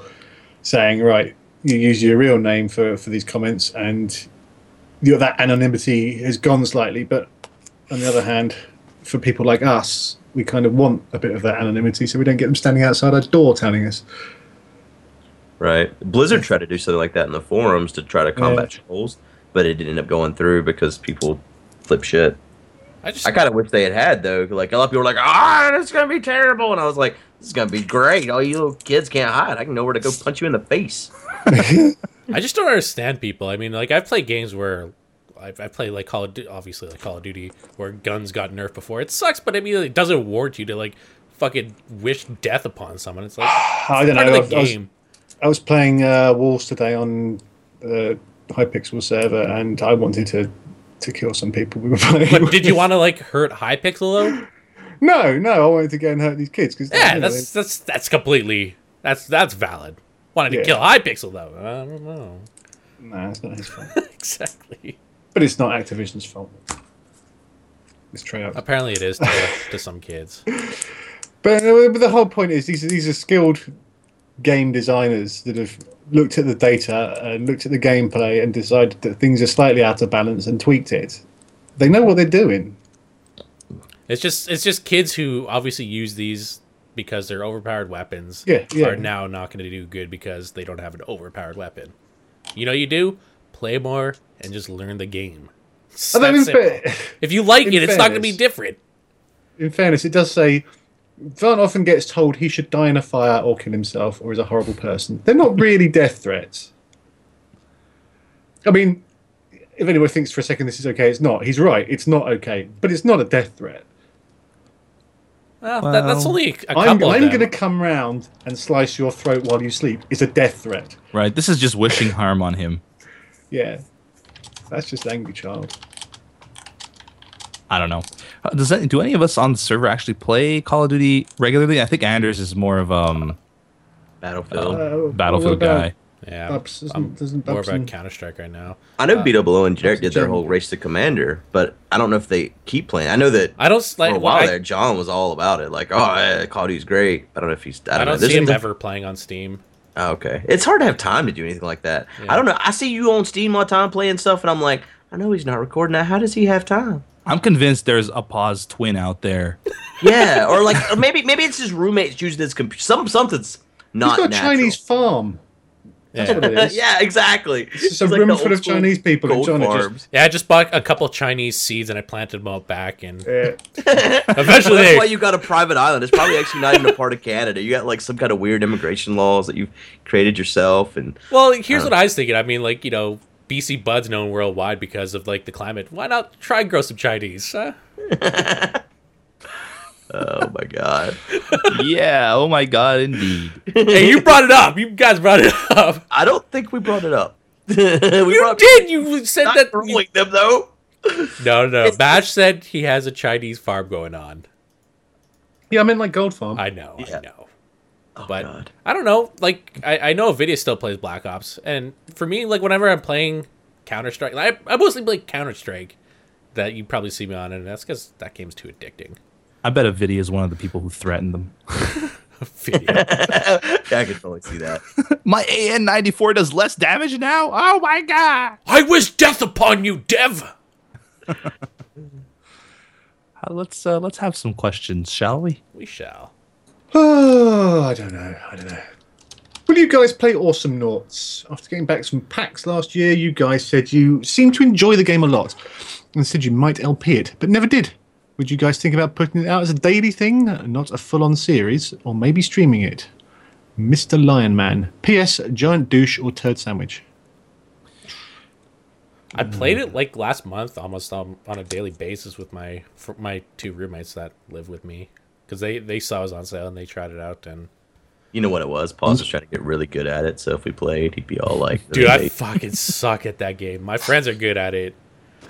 saying, right, you use your real name for, for these comments, and you know, that anonymity has gone slightly. But on the other hand, for people like us, we kind of want a bit of that anonymity so we don't get them standing outside our door telling us.
right? Blizzard tried to do something like that in the forums to try to combat
Yeah.
trolls, but it ended up going through because people flip shit.
I just.
I kind of wish they had had though. Like a lot of people were like, "Ah, that's gonna be terrible," and I was like, "This is gonna be great. All you little kids can't hide. I can know where to go punch you in the face."
I just don't understand people. I mean, like I've played games where I've, I play like Call of Duty, obviously like Call of Duty, where guns got nerfed before. It sucks, but I mean, it doesn't warrant you to like fucking wish death upon someone. It's like
I don't know.
part
I
of
was,
the
I was-
game.
I was playing uh, Wolves today on the Hypixel server, and I wanted to, to kill some people we were [laughs] playing.
But did you
with.
want to like hurt Hypixel though?
No, no, I wanted to go and hurt these kids because
Yeah, that's that's that's completely that's that's valid. Wanted to
Yeah.
kill Hypixel though. I don't know [laughs]
no, it's not his fault.
exactly.
but it's not Activision's fault. It's Treyarch.
Apparently, it is to, [laughs] to some kids.
But, uh, but the whole point is these are, these are skilled game designers that have looked at the data and looked at the gameplay and decided that things are slightly out of balance and tweaked it. They know what they're doing.
It's just it's just kids who obviously use these because they're overpowered weapons.
Yeah, yeah.
Are now not going to do good because they don't have an overpowered weapon. You know, you do play more and just learn the game. It's
Although
that
in, [laughs]
simple.
fa-
if you like
in
it, it's not going to be
fairness-
different.
in fairness, it does say Van often gets told he should die in a fire or kill himself or is a horrible person. They're not
[laughs]
really death threats. I mean, if anyone thinks for a second this is okay, it's not. He's right. It's not okay, but it's not a death threat.
Well, that, that's
Well,
only a couple
I'm,
of
I'm
them.
going to come round and slice your throat while you sleep. It's a death threat.
right? This is just wishing harm on him.
Yeah. That's just angry child.
I don't know. Uh, Does that, do any of us on the server actually play Call of Duty regularly? I think Anders is more of um
Battlefield.
Uh, what
Battlefield
about
guy.
Yeah,
Bubs,
I'm-
isn't-
I'm
doesn't
more
Bubs
about
and-
Counter Strike right now.
I know BWO and Jack did their
Jim.
whole race to commander, but I don't know if they keep playing. I know that
I don't
for
like.
a while
I,
there, John was all about it. Like, oh, yeah, Call of Duty's great. I don't know if he's. I don't,
I
know.
don't
This
see him
seems-
ever playing on Steam.
Oh, okay, it's hard to have time to do anything like that.
Yeah.
I don't know. I see you on Steam all the time playing stuff, and I'm like, I know he's not recording that. How does he have time?
I'm convinced there's a pause twin out there.
Yeah, or like or maybe maybe it's his roommates using his computer. Some something's not.
He's got a
natural.
Chinese
[laughs]
farm. That's
Yeah.
what it is.
yeah, exactly.
just a
He's
room
the
full of
old-school
Chinese people in
gold
China just-
farms.
Yeah, I just bought a couple Chinese seeds and I planted them out back, and
Yeah.
eventually
That's
they
why you got a private island. It's probably actually not even a part of Canada. You got like some kind of weird immigration laws that you've created yourself, and
Well, here's
Uh.
what I was thinking. I mean, like you know, BC Bud's known worldwide because of like the climate. Why not try and grow some Chinese?
[laughs]
Huh?
oh my god,
[laughs] yeah. Oh my God, indeed.
hey, you brought it up. You guys brought it up.
I don't think we brought it up. [laughs] we you
You
brought
did. You said
not
that.
growing them though.
No, no, no. Bash said he has a Chinese farm going on.
yeah, I'm in like Gold Farm.
I know.
Yeah.
I know.
Oh
but
god,
I don't know. Like I, I know Nvidia still plays Black Ops, and for me, like whenever I'm playing Counter Strike, I, I mostly play Counter Strike. That you probably see me on, and that's because that game's too addicting. [laughs]
I bet Avidia is one of the people who threatened them.
[laughs]
Video.
yeah, I can totally see that.
[laughs] My AN94 does less damage now? Oh my God.
I wish death upon you, Dev.
Uh, let's uh, let's have some questions, shall we?
We shall.
Oh, [sighs] I don't know. I don't know. Will you guys play Awesome Noughts? After getting back some packs last year, you guys said you seemed to enjoy the game a lot and said you might LP it, but never did. Would you guys think about putting it out as a daily thing, not a full on series, or maybe streaming it? Mr. Lion Man. P.S. Giant douche or turd sandwich?
I played
Mm.
it like last month, almost on, on a daily basis with my for my two roommates that live with me, because they they saw it was on sale and they tried it out. And
You know what it was? Paul's was trying to get really good at it, so if we played, he'd be all like,
dude, I
"Hey,
fucking suck at that game. My friends are good at it.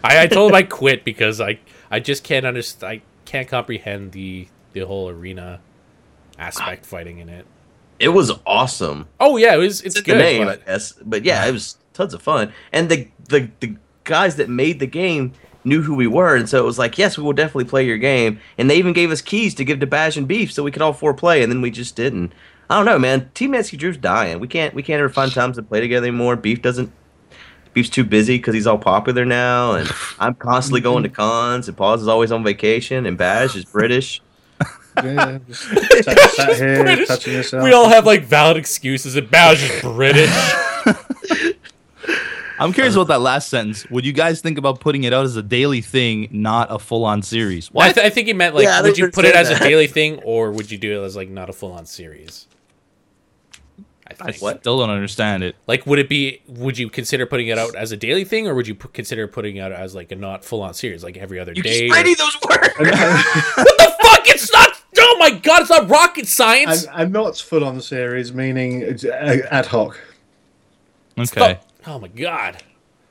I, I told them I quit because I I just can't understand. I can't comprehend the the whole arena aspect fighting in it.
it was awesome."
Oh yeah, it was it's
It's
good.
the name,
but-
I guess. But yeah, it was tons of fun. And the, the the guys that made the game knew who we were, and so it was like, yes, we will definitely play your game. And they even gave us keys to give to Bash and Beef, so we could all four play. And then we just didn't. I don't know, man. Team Nancy Drew's dying. We can't we can't ever find times to play together anymore. Beef doesn't. Beef's too busy because he's all popular now, and I'm constantly going to cons. And Paws is always on vacation, and Bash is British.
[laughs] Yeah,
[laughs]
just sat, sat here,
British.
touching yourself.
[laughs] We all have like valid excuses. And Bow's just British.
[laughs]
I'm curious about that last sentence. Would you guys think about putting it out as a daily thing, not a full on series?
Well, I, th- I think he meant like,
Yeah, I
would
think
you
we're
put it
saying
as a
that.
daily thing, or would you do it as like not a full on series? I
I
think.
What?
still don't understand it.
Like, would it be? Would you consider putting it out as a daily thing, or would you p- consider putting it out as like a not full on series, like every other
You
day?
keep
or-
spreading those words.
what the fuck? It's not. Oh my god! It's not rocket science.
and, and not full on series, meaning it's, uh, ad hoc.
Okay.
Oh, oh my god.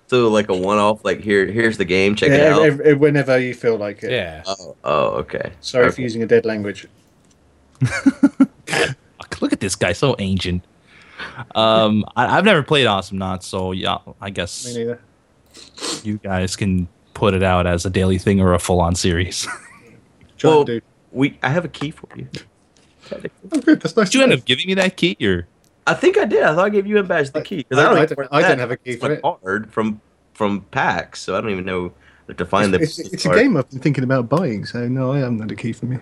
So like a one-off, like here here's the game. Check
Yeah,
it out.
ev- ev- whenever you feel like it.
Yeah.
Oh, oh, okay.
Sorry
Perfect.
for using a dead language.
Fuck, Look at this guy, so ancient. Um, [laughs] I, I've never played Awesome Not, so yeah, I
Me
guess
neither.
you guys can put it out as a daily thing or a full on series. [laughs]
Giant
Well-
dude.
We, I have a key for you.
Oh, good. That's nice.
Did you end up giving me that key? Or
I think I did. I thought I gave you and Bash the key. 'cause
I- I
even
don't-
know
I
where
don't
that-
have a key
it's
for
my
it.
Card from from PAX, so I don't even know where to find
It's,
the.
it's, it's a game I've been thinking about buying, so no, I haven't had a key for me.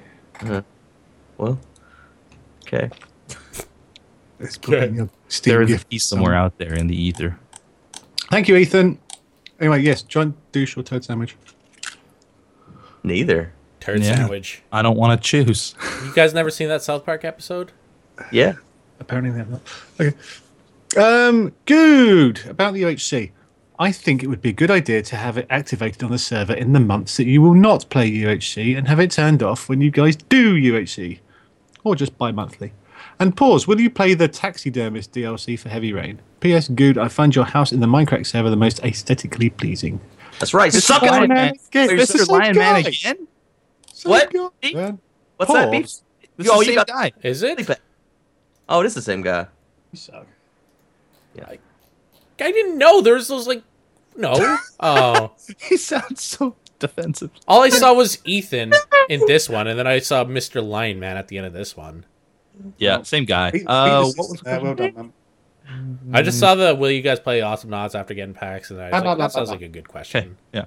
Well, okay.
It's probably a Steam
there is a
gift.
key somewhere out there in the ether.
Thank you, Ethan. Anyway, yes, John douche or turd sandwich.
Neither.
Turd
Yeah.
sandwich.
I don't want to choose. [laughs]
You guys never seen that South Park episode?
Yeah.
Apparently they're not. Okay. Um, good. About the UHC. I think it would be a good idea to have it activated on the server in the months that you will not play UHC and have it turned off when you guys do UHC. Or just bi monthly. And pause, will you play the Taxidermist DLC for Heavy Rain? P.S. Good, I find your house in the Minecraft server the most aesthetically pleasing.
That's right. Suck
Lion
it.
Man again.
Mr.
It's the same
Lion Man
guy.
again?
Same
What?
guy,
Beep.
man.
What's that? Beep?
Pause.
This
Yo,
is
you
the same
got-
guy.
Is it?
Oh, it is the same guy.
You suck.
Yeah.
I didn't know there was those like [laughs] no. Oh,
[laughs] He sounds so defensive.
all I saw was Ethan in this one, and then I saw Mr. Lion Man at the end of this one.
Yeah, same guy.
Pete-
Uh,
Peter's-
what was
uh, well done, man.
I just saw the will you guys play awesome nods after getting packs, and I was
Blah,
like,
blah, blah,
that sounds
blah,
like a good
Okay. [laughs]
question.
Yeah.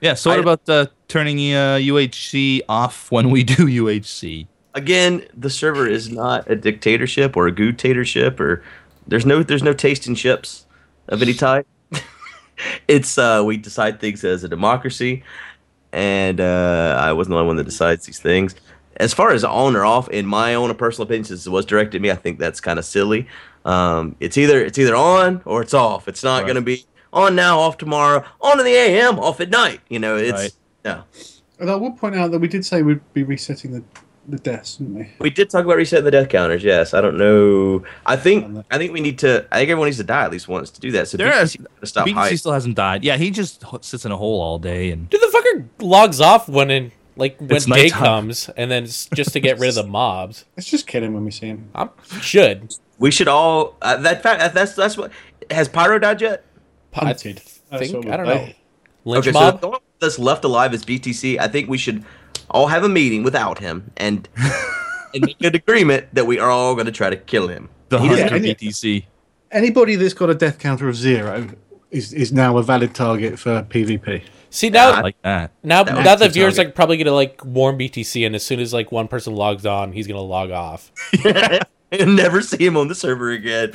Yeah. So what
I-
about uh, turning uh, UHC off when we do [laughs] UHC?
Again, the server is not a dictatorship or a gootatatorship or there's no there's no taste in ships of any type. [laughs] it's uh, we decide things as a democracy, and uh, I wasn't the only one that decides these things. As far as on or off, in my own personal opinion, since it was directed at me, I think that's kind of silly. Um, it's either it's either on or it's off. It's not
Right.
going to be on now, off tomorrow, on in the AM, off at night. You know, it's
Right.
no.
And I would point out that we did say we'd be resetting the, the deaths, didn't we?
We did talk about resetting the death counters. Yes, I don't know. I think I think we need to. I think everyone needs to die at least once to do that. So
There
BTC
is-
is gonna stop
BTC
high.
still hasn't died. Yeah, he just h- sits in a hole all day and
Dude, the fucker logs off when in like when
It's
day
nighttime.
comes, and then it's just to get rid of the mobs.
Let's just kill him when we see him.
I should.
We should all. Uh, that fact. That's that's what has Pyro died yet?
I
Punted. That's
think
what
I don't
we'll
know.
play.
Lynch
okay, so
mob.
if the one that's left alive is BTC. I think we should all have a meeting without him
[laughs]
and and make an agreement that we are all going to try to kill him.
the
He didn't-
hunter
and it-
BTC.
Anybody that's got a death counter of zero is, is now a valid target for PvP.
See now,
I like that.
now,
that
now
was
the
too
viewers
target.
are probably gonna like warn BTC, and as soon as like one person logs on, he's gonna log off.
[laughs] and never see him on the server again.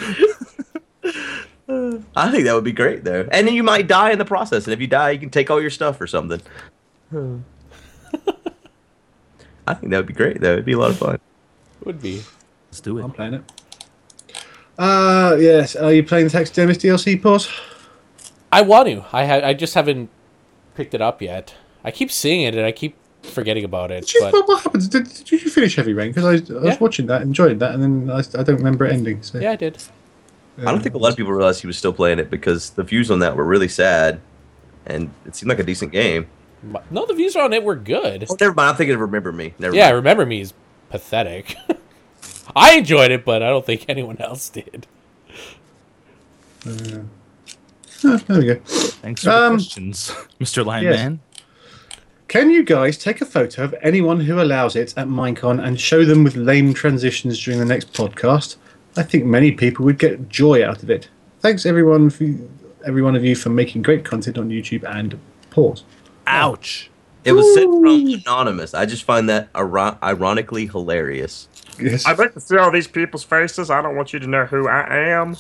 Uh, I think that would be great though, and then you might die in the process. And if you die, you can take all your stuff or something. I think that would be great though. It'd be a lot of fun.
Would be.
Let's do it.
I'm playing it. Uh, yes. Are you playing the Taxidermist DLC, Pause?
I want to. I ha- I just haven't picked it up yet. I keep seeing it, and I keep forgetting about it.
Did you,
But
what, what happened? Did, did you finish Heavy Rain? Because I, was- I was
Yeah.
watching that, enjoying that, and then I, I don't remember it ending. So.
yeah, I did.
I don't think a lot of people realized he was still playing it because the views on that were really sad, and it seemed like a decent game.
But- No, the views on it were good.
Oh, never mind. I'm thinking of Remember Me. Never
Yeah,
mind.
remember me is pathetic. [laughs] I enjoyed it, but I don't think anyone else did.
Oh, [laughs] there we go.
Thanks for
Um,
the questions, [laughs] Mr. Lion
yes.
Man.
Can you guys take a photo of anyone who allows it at Minecon and show them with lame transitions during the next podcast? I think many people would get joy out of it. Thanks everyone for every one of you for making great content on YouTube and pause.
Ouch.
It was sent from Anonymous. I just find that ir- ironically hilarious.
Yes.
I'd like to see all these people's faces. I don't want you to know who I am.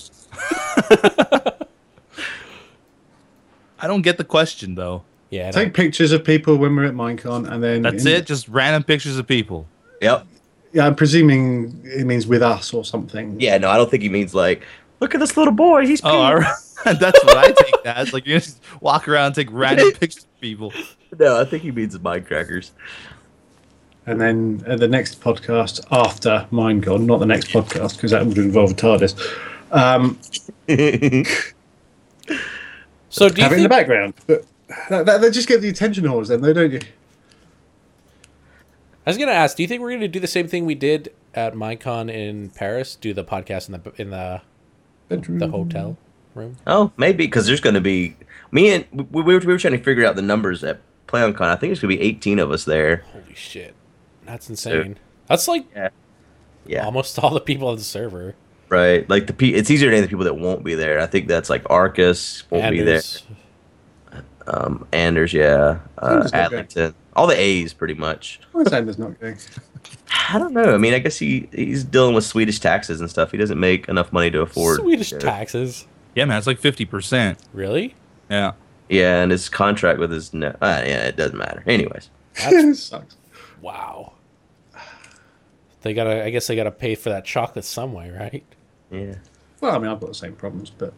I don't get the question though.
Yeah, I
Take pictures of people when we're at Minecon and then
That's it. Just random pictures of people.
Yep.
Yeah, I'm presuming it means with us or something.
Yeah. No, I don't think he means like, look at this little boy. He's
Oh,
cute."
all right. [laughs] That's what I take that. It's like you just walk around and take random pictures of people.
No, I think he means Minecrackers. [laughs]
And then uh, the next podcast after Minecon, not the next podcast because that would involve a TARDIS. Um,
don't- so do you
have it in the
think,
background, but that, that, they just get the attention whores then, though, don't you?
I was gonna ask, do you think we're gonna do the same thing we did at MyCon in Paris? Do the podcast in the in the
Bedroom.
the hotel room?
oh, maybe because there's going to be me and we, we, were, we were trying to figure out the numbers at PlayOnCon. I think it's going to be 18 of us there.
Holy shit, that's insane. That's like
Yeah,
almost all the people on the server.
right. Like the pe- it's easier to name the people that won't be there. I think that's like Arcus won't be there.
Anders.
Um, Anders, yeah, uh,
Anders not going.
Adlington, all the A's pretty much.
Why is Anders not going? [laughs]
I don't know. I mean, I guess he he's dealing with Swedish taxes and stuff. He doesn't make enough money to afford
Swedish
Yeah.
taxes.
Yeah, man. It's like fifty percent.
Really?
Yeah.
Yeah, and his contract with his no, uh, yeah, it doesn't matter. Anyways,
That sucks.
Wow. They gotta. I guess they gotta pay for that chocolate some way, right?
yeah.
Well, I mean, I've got the same problems, but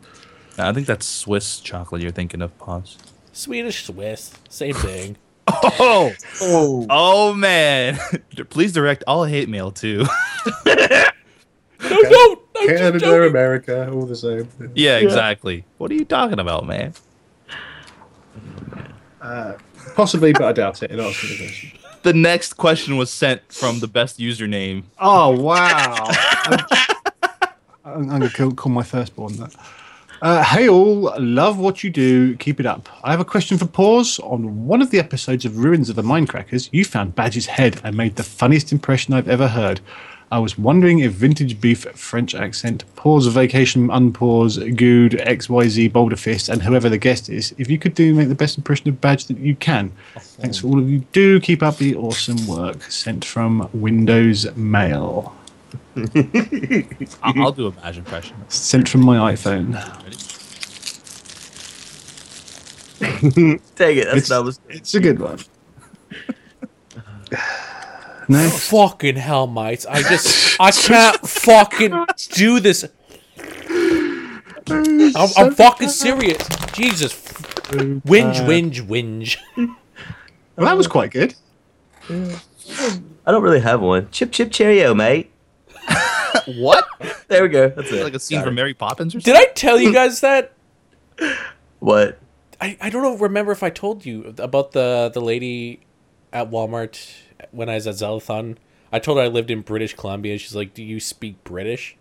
I think that's Swiss chocolate you're thinking of, Pops.
Swedish, Swiss, same thing.
Oh, oh, man! [laughs] Please direct all hate mail to. [laughs]
no, don't. I'm just
Canada,
joking.
America, all the same.
yeah, exactly. What are you talking about, man?
Possibly, but I doubt it. In answer to the question.
The next [laughs] question was sent from the best username.
Oh wow! Oh, [laughs] I'm, I'm, I'm going to call, call my firstborn that. Uh, hey all, love what you do. Keep it up. I have a question for Pause. On one of the episodes of Ruins of the Minecrackers, you found Badge's head and made the funniest impression I've ever heard. I was wondering if vintage beef French accent, pause vacation, unpause, good XYZ boulder fist, and whoever the guest is, if you could do make the best impression of Badge that you can. Thanks for all of you do. Keep up the awesome work. Sent from Windows Mail.
I'll, I'll do a badge impression.
Sent from my iPhone.
Take it. That's
It's,
that was.
it's a good one. no,
Fucking hell, mates! I just I can't fucking do this. I'm, I'm fucking serious. Jesus, whinge,
Uh,
whinge, whinge.
well, that was quite good.
I don't really have one. Chip chip cheerio, mate.
What?
There we go. That's it.
like a scene
Got
from
it.
Mary Poppins or something?
Did I tell you guys that?
What?
I, I don't know, remember if I told you about the the lady at Walmart when I was at Zelathon. I told her I lived in British Columbia. She's like, "Do you speak British?"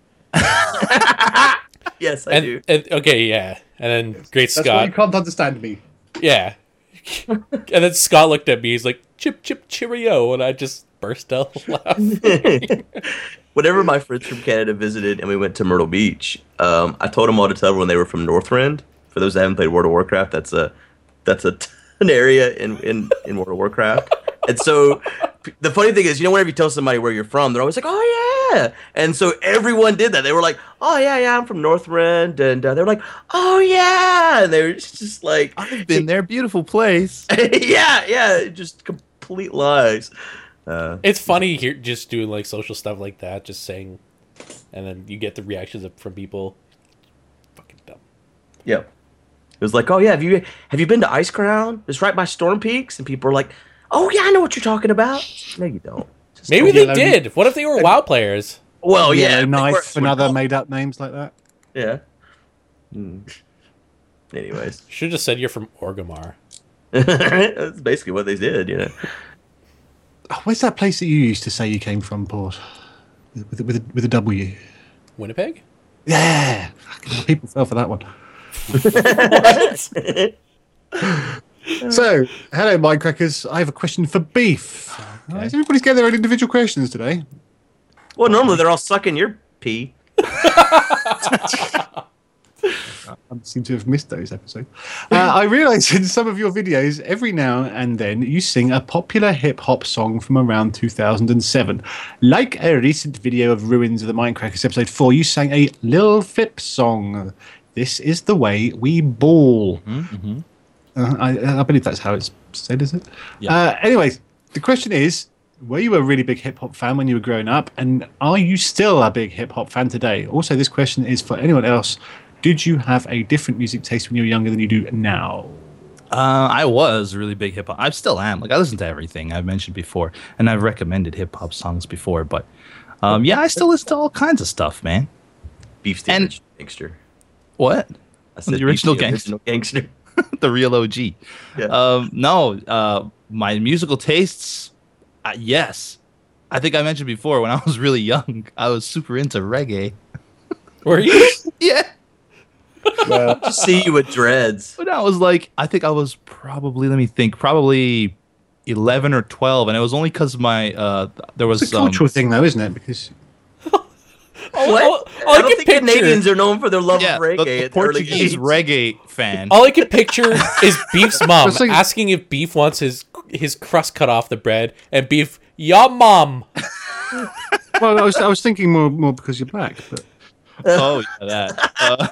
Yes, I do.
And, and okay, yeah. And then Great
That's why you
Scott,
can't understand me.
yeah. and then Scott looked at me. He's like, "Chip, chip, cheerio," and I just burst out [laughs] laughing.
[laughs] Whenever my friends from Canada visited and we went to Myrtle Beach, um, I told them all to tell everyone they were from Northrend. For those that haven't played World of Warcraft, that's a that's a an area in in in World of Warcraft. And so p- the funny thing is, you know, whenever you tell somebody where you're from, they're always like, "Oh yeah!" And so everyone did that. They were like, "Oh yeah, yeah, I'm from Northrend," and uh, they were like, "Oh yeah!" And they were just, just like,
I've been there. Beautiful place.
[laughs] "Yeah, yeah," just complete lies. Uh,
it's funny here, just doing like social stuff like that, just saying, and then you get the reactions of- from people. Fucking dumb.
Yep. It was like, oh yeah, have you have you been to Ice Crown? It's right by Storm Peaks, and people are like, oh yeah, I know what you're talking about. No, you don't. Just
Maybe
don't.
they
Yellow-
did. What if they were WoW players?
Well, yeah,
Yellow
they were-
knife and other made up names like that.
Yeah. Hmm. Anyways, [laughs]
Should have said you're from Orgamar.
that's basically what they did. You know,
Oh, where's that place that you used to say you came from, Port? With, with, a, with a W.
Winnipeg?
Yeah. Fucking hell, People fell for that one. so, hello, Mindcrackers. I have a question for Beef. Is everybody's getting their own individual questions today?
[laughs] well, normally they're all sucking your pee.
I seem to have missed those episodes. Uh, I realised in some of your videos, every now and then, you sing a popular hip hop song from around 2007. Like a recent video of Ruins of the Minecrackers episode 4, you sang a Lil Flip song. This is the way we ball. Uh, I, I believe that's how it's said, is it?
Yeah.
Uh, anyway, the question is Were you a really big hip hop fan when you were growing up? And are you still a big hip hop fan today? Also, this question is for anyone else Did you have a different music taste when you were younger than you do now?
Uh, I was a really big hip hop. I still am. Like I listen to everything I've mentioned before, and I've recommended hip hop songs before. But um, yeah, I still listen to all kinds of stuff, man.
Beef the
And-
original gangster.
What? [laughs]
I
the original
beef
gangster.
original gangster. [laughs]
the real OG.
Yeah.
Um, no, uh, my musical tastes, uh, yes. I think I mentioned before when I was really young, I was super into reggae.
Were you? [laughs]
Yeah.
Just see you with dreads.
But I was like, I think I was probably, let me think, probably 11 or 12. And it was only because my, uh, th- there was.
It's a
um,
cultural thing, though, isn't it? Because
[laughs]
All, all-
What?
all I,
I don't
can
think
picture,
Canadians are known for their love
yeah,
of
the-
reggae.
the,
at the early
Portuguese
80s.
reggae fan.
all I can picture is Beef's mom
Just like-
asking if Beef wants his his crust cut off the bread, and Beef, ya mom.
[laughs] well, I was, I was thinking more more because you're black, but
oh yeah, that. Uh,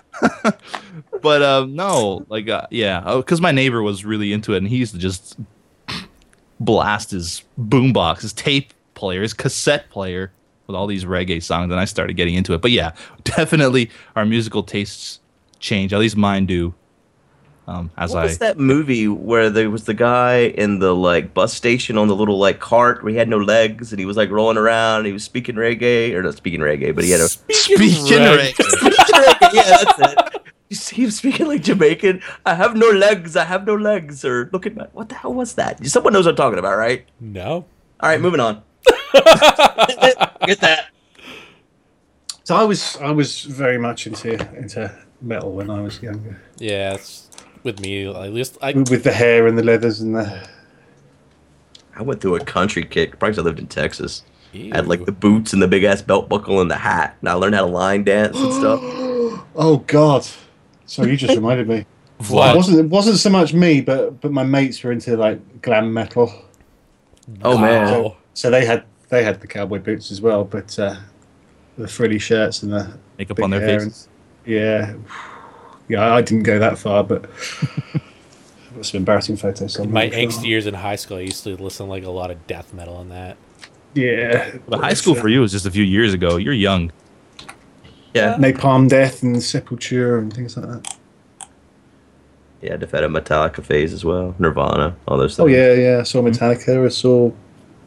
[laughs] but um, no, like uh, yeah, because my neighbor was really into it, and he used to just blast his boombox, his tape player, his cassette player with all these reggae songs, and I started getting into it. But yeah, [laughs] definitely our musical tastes change. At least mine do. Um, as
What
I
was that movie where there was the guy in the like bus station on the little like cart where he had no legs and he was like rolling around and he was speaking reggae or not speaking reggae but he had a [laughs]
speaking of
Right.
[laughs] reggae,
yeah that's it. You see him speaking like Jamaican. I have no legs. I have no legs. Or look at my what the hell was that? Someone knows what I'm talking about, right?
No.
All right, moving on. Get that.
So I was I was very much into into metal when I was younger,
Yeah, it's with me at least. I
with the hair and the leathers and the
I went through a country kick. Probably 'cause I lived in Texas. I had
Ew.
like the boots and the big ass belt buckle and the hat, and I learned how to line dance and stuff.
oh god. So you [laughs] just reminded me. It
Vlad,
wasn't it wasn't so much me, but but my mates were into like glam metal,
Oh man,
wow.
so they had they had the cowboy boots as well, but uh, the frilly shirts and the
Makeup
big
on their
hair and-
faces.
yeah, yeah. I didn't go that far, but I've got some embarrassing photos. somewhere,
My
I'm sure.
angst years in high school, I used to listen to, like a lot of death metal and that.
Yeah,
But high school for you was just a few years ago. You're young.
yeah,
Napalm Death and Sepultura and things like that.
yeah. I've had a Metallica phase as well, Nirvana, all those things.
Oh yeah, yeah. I saw Metallica. I saw,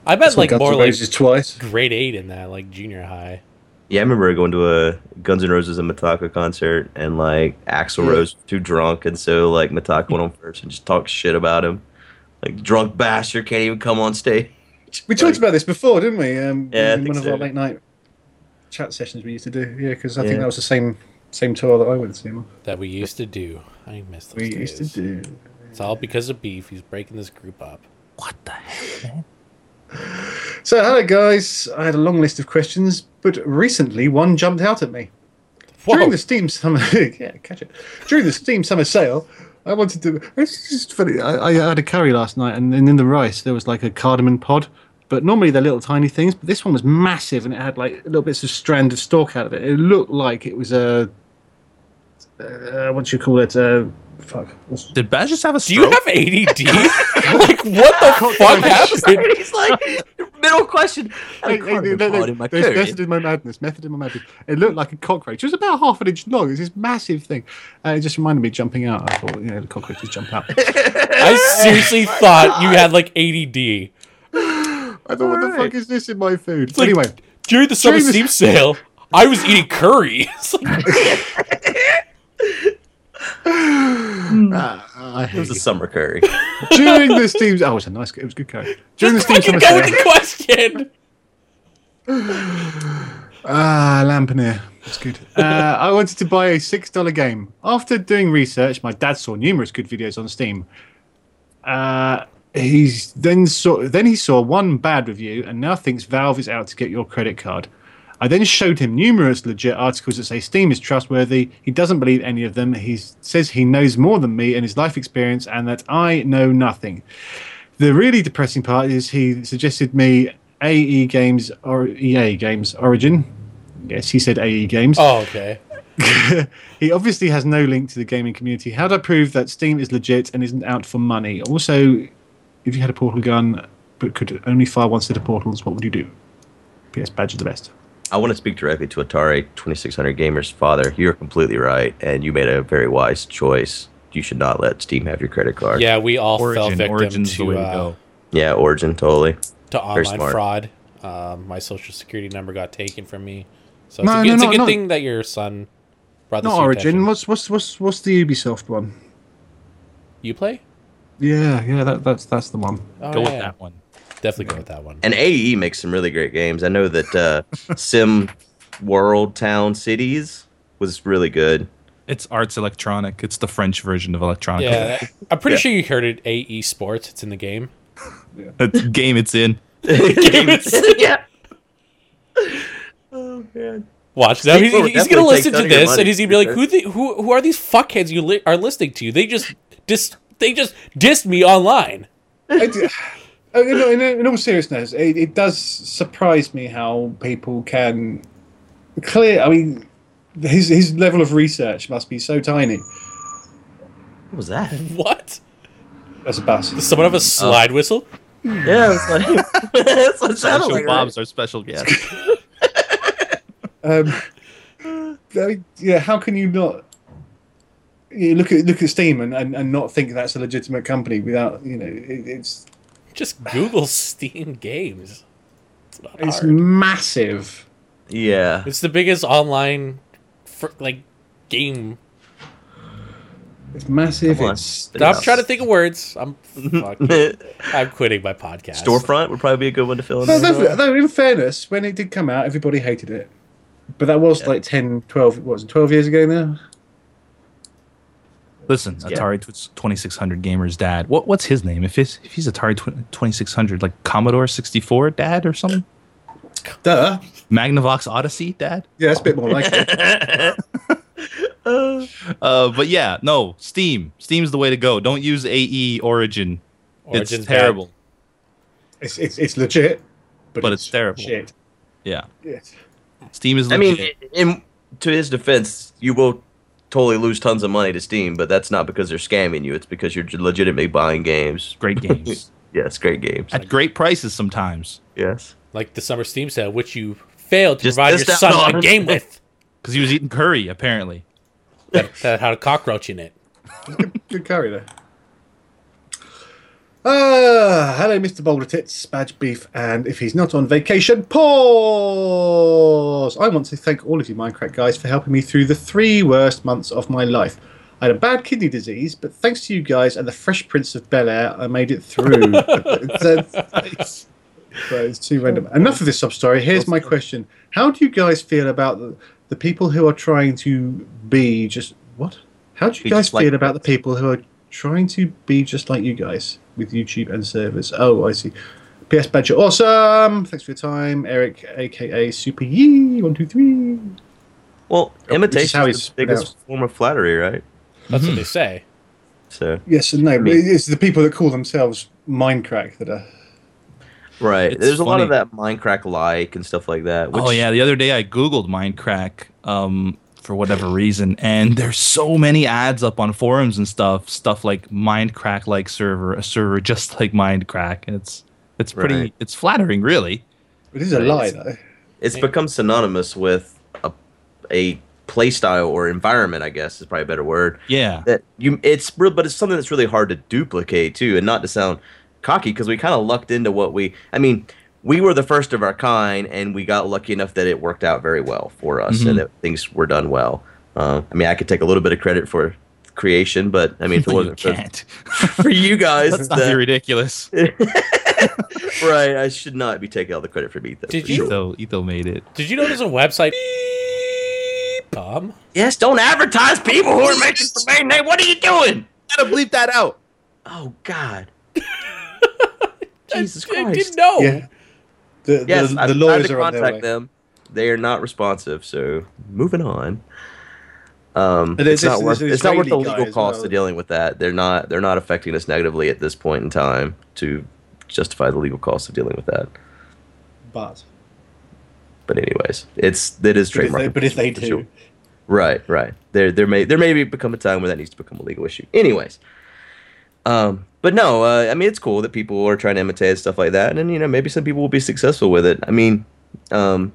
I
I
bet
saw
like
Guns
more
N'
like
Roses twice.
grade eight in that, like junior high.
Yeah, I remember going to a Guns N' Roses and Metallica concert, and like Axl Rose was too drunk, and so like Metallica went on first and just talked shit about him, like drunk bastard can't even come on stage.
We talked about this before, didn't we? Um,
Yeah, I
in
think
one of
so.
our late night chat sessions we used to do. Yeah, because I
Yeah.
think that was the same same tour that I went to see him. on.
that we used to do. I miss those
We
days.
used to do.
It's all because of beef. He's breaking this group up.
What the heck? man?
So hello guys, I had a long list of questions, but recently one jumped out at me. During the Steam Summer, [laughs] yeah, catch it. During the Steam Summer Sale, I wanted to. It's just funny. I, I had a curry last night, and, and in the rice there was like a cardamom pod. But normally they're little tiny things, but this one was massive, and it had like little bits of strand of stalk out of it. It looked like it was a. Uh, what do you call it? Uh, fuck. what's-
Did Baz just have a
Do you
stroke?
have ADD? [laughs] like what the fuck happened?
He's like middle question. I had a
Hey, hey,
cardamom
no, no,
pod in my
there's
curry.
method in my madness. Method in my madness. It looked like a cockroach. It was about half an inch long. It was this massive thing. Uh, it just reminded me of jumping out. I thought, you know, the cockroaches jump out.
I
Oh
seriously thought you had like ADD.
I thought, what the fuck is this in my food?
like-
anyway,
During the summer
During the-
steam sale, I was eating curry. [laughs] It's like,
uh, I
It was
hate
a summer curry.
you. during the steam. Oh, it was a nice. It was good curry. During the steam
fucking
summer
go with
sale.
the question.
Ah, Lampanir. That's good. Uh, I wanted to buy a six dollar game. After doing research, my dad saw numerous good videos on Steam. Uh, he's then saw then he saw one bad review and now thinks Valve is out to get your credit card. I then showed him numerous legit articles that say Steam is trustworthy. He doesn't believe any of them. He says he knows more than me and his life experience, and that I know nothing. The really depressing part is he suggested me AE Games or EA Games Origin. Yes, he said AE Games.
Oh, okay.
He obviously has no link to the gaming community. How do I prove that Steam is legit and isn't out for money? Also, if you had a portal gun but could only fire one set of portals, what would you do? PS Badge is the best.
I want to speak directly to Atari 2600 Gamer's father. You're completely right, and you made a very wise choice. You should not let Steam have your credit card.
Yeah, we all fell
Origin.
victim
Origin's the
to
way to
uh,
go.
yeah, Origin totally.
to online
smart.
fraud. Um, my social security number got taken from me. So
No,
it's a,
no,
it's a
no,
good
no.
thing that your son brought this.
Not
to your
Origin.
attention.
What's what's what's what's the Ubisoft one?
you play?
Yeah, yeah, that, that's that's the one.
Oh,
Go with
yeah.
that one.
Definitely go with that one.
And AE makes some really great games. I know that uh, Sim World Town Cities was really good.
It's Arts Electronic. It's the French version of Electronic. [laughs]
Yeah, that- I'm pretty
Yeah.
sure you heard it. AE Sports. It's in the game.
Arts. game it's in.
[laughs] yeah. Oh man.
Watch that. He's,
Well,
he's
definitely
gonna
take
listen
none
to
of your
this,
money,
and he's gonna be like,
okay?
"Who the, who who are these fuckheads you li- are listening to? They just dis they just dissed me online." [laughs]
I [sighs] d- uh, in, in, in all seriousness, it, it does surprise me how people can clear. I mean, his his level of research must be so tiny.
What was that?
What?
That's a bus.
Someone
Mm,
have a slide
oh.
whistle?
Yeah, it was like that's what it sounded
Special
like,
Bob's our special
Yeah.
guest.
Um, I mean, yeah, how can you not? You look at look at Steam and, and, and not think that's a legitimate company without you know it, it's
Just Google [laughs] Steam games. It's not
it's
hard.
massive.
Yeah.
It's the biggest online, fr- like, game.
It's massive.
Come on.
It's
I'm trying to think of words. I'm
[laughs]
fuck, I'm quitting my podcast.
Storefront would probably be a good one to fill in.
Though,
there.
though, though in fairness, when it did come out, everybody hated it. But that was
Yeah.
like 10, 12, what was it, 12 years ago now?
Listen,
Yeah.
Atari twenty six hundred gamers dad. What what's his name? If his if he's Atari twenty six hundred, like Commodore sixty four dad or something,
Duh.
Magnavox Odyssey dad.
Yeah, that's a bit more like it.
Uh, but yeah, no, Steam. Steam's the way to go. Don't use AE Origin.
Origin's
it's terrible.
It's, it's, it's legit, but,
But it's terrible.
Shit.
Yeah,
Yes.
Steam is.
I mean,
Legit.
in, to his defense, you will totally lose tons of money to Steam, but that's not because they're scamming you. It's because you're legitimately buying games.
great games
Yes, great games.
at great prices sometimes
Yes.
Like the summer Steam sale, which you failed to
Just
provide your
pissed
son
out
a
on-
game with
because he was eating curry apparently.
that, that had a cockroach in it.
Good carry there. Uh, hello, Mr. Boulder Tits, Badge Beef, and if he's not on vacation, pause! I want to thank all of you Minecraft guys for helping me through the three worst months of my life. I had a bad kidney disease, but thanks to you guys and the Fresh Prince of Bel Air, I made it through. It's, uh, But it's too random. Enough of this sub story. Here's my question: How do you guys feel about the, the people who are trying to be just what? How do you
Be
guys
just like-
feel about the people who are trying to be just like you guys with YouTube and servers? Oh, I see. PS Badger, awesome! Thanks for your time, Eric, aka Super Yee. One, two, three.
Well,
this is
imitation
how
is
he's
the biggest
pronounced.
form of flattery, right?
That's
Mm-hmm.
what they say.
So
Yes and no. but
mean-
It's the people that call themselves Minecraft that are.
right,
It's
there's a lot of
funny.
that Minecraft like and stuff like that. Which,
oh yeah, the other day I googled Minecraft um, for whatever reason, and there's so many ads up on forums and stuff, stuff like Minecraft like server, a server just [laughs] like Minecraft, and it's it's pretty,
Right.
it's flattering, really.
It is a
Right,
lie,
it's-
though.
it's become synonymous with a, a play style or environment. I guess is probably a better word.
Yeah,
that you it's real but it's something that's really hard to duplicate too and not to sound cocky because we kind of lucked into what we i mean we were the first of our kind and we got lucky enough that it worked out very well for us
Mm-hmm.
and that things were done well uh, i mean i could take a little bit of credit for creation but i mean
[laughs]
if it
you
wasn't for,
can't.
[laughs]
[laughs]
for you guys
Let's not be
that-
ridiculous.
[laughs] right i should not be taking all the credit for me though,
Did
for
you-
sure.
Etho, Etho made it.
Did you know there's a website? Bomb.
yes don't advertise people who are making for main name what are you doing
Gotta bleep that out.
oh god jesus
[laughs] I
christ
didn't know.
Yeah. The,
Oh. Yes,
the,
I've
the
tried
lawyers
to
are on their way.
contact them. They are not responsive. So moving on. Um,
And
it's
there's
not
this-
worth
there's
it's not worth the
Israeli guy
legal
as
cost
well.
of dealing with that. They're not they're not affecting us negatively at this point in time to justify the legal cost of dealing with that.
But,
But anyways, it's it
but if
is trademark.
they, but if they
infringement,
do,
Right, right. There, there may there may be become a time where that needs to become a legal issue. Anyways, um, but no, uh, I mean it's cool that people are trying to imitate and stuff like that, and then you know maybe some people will be successful with it. I mean, um,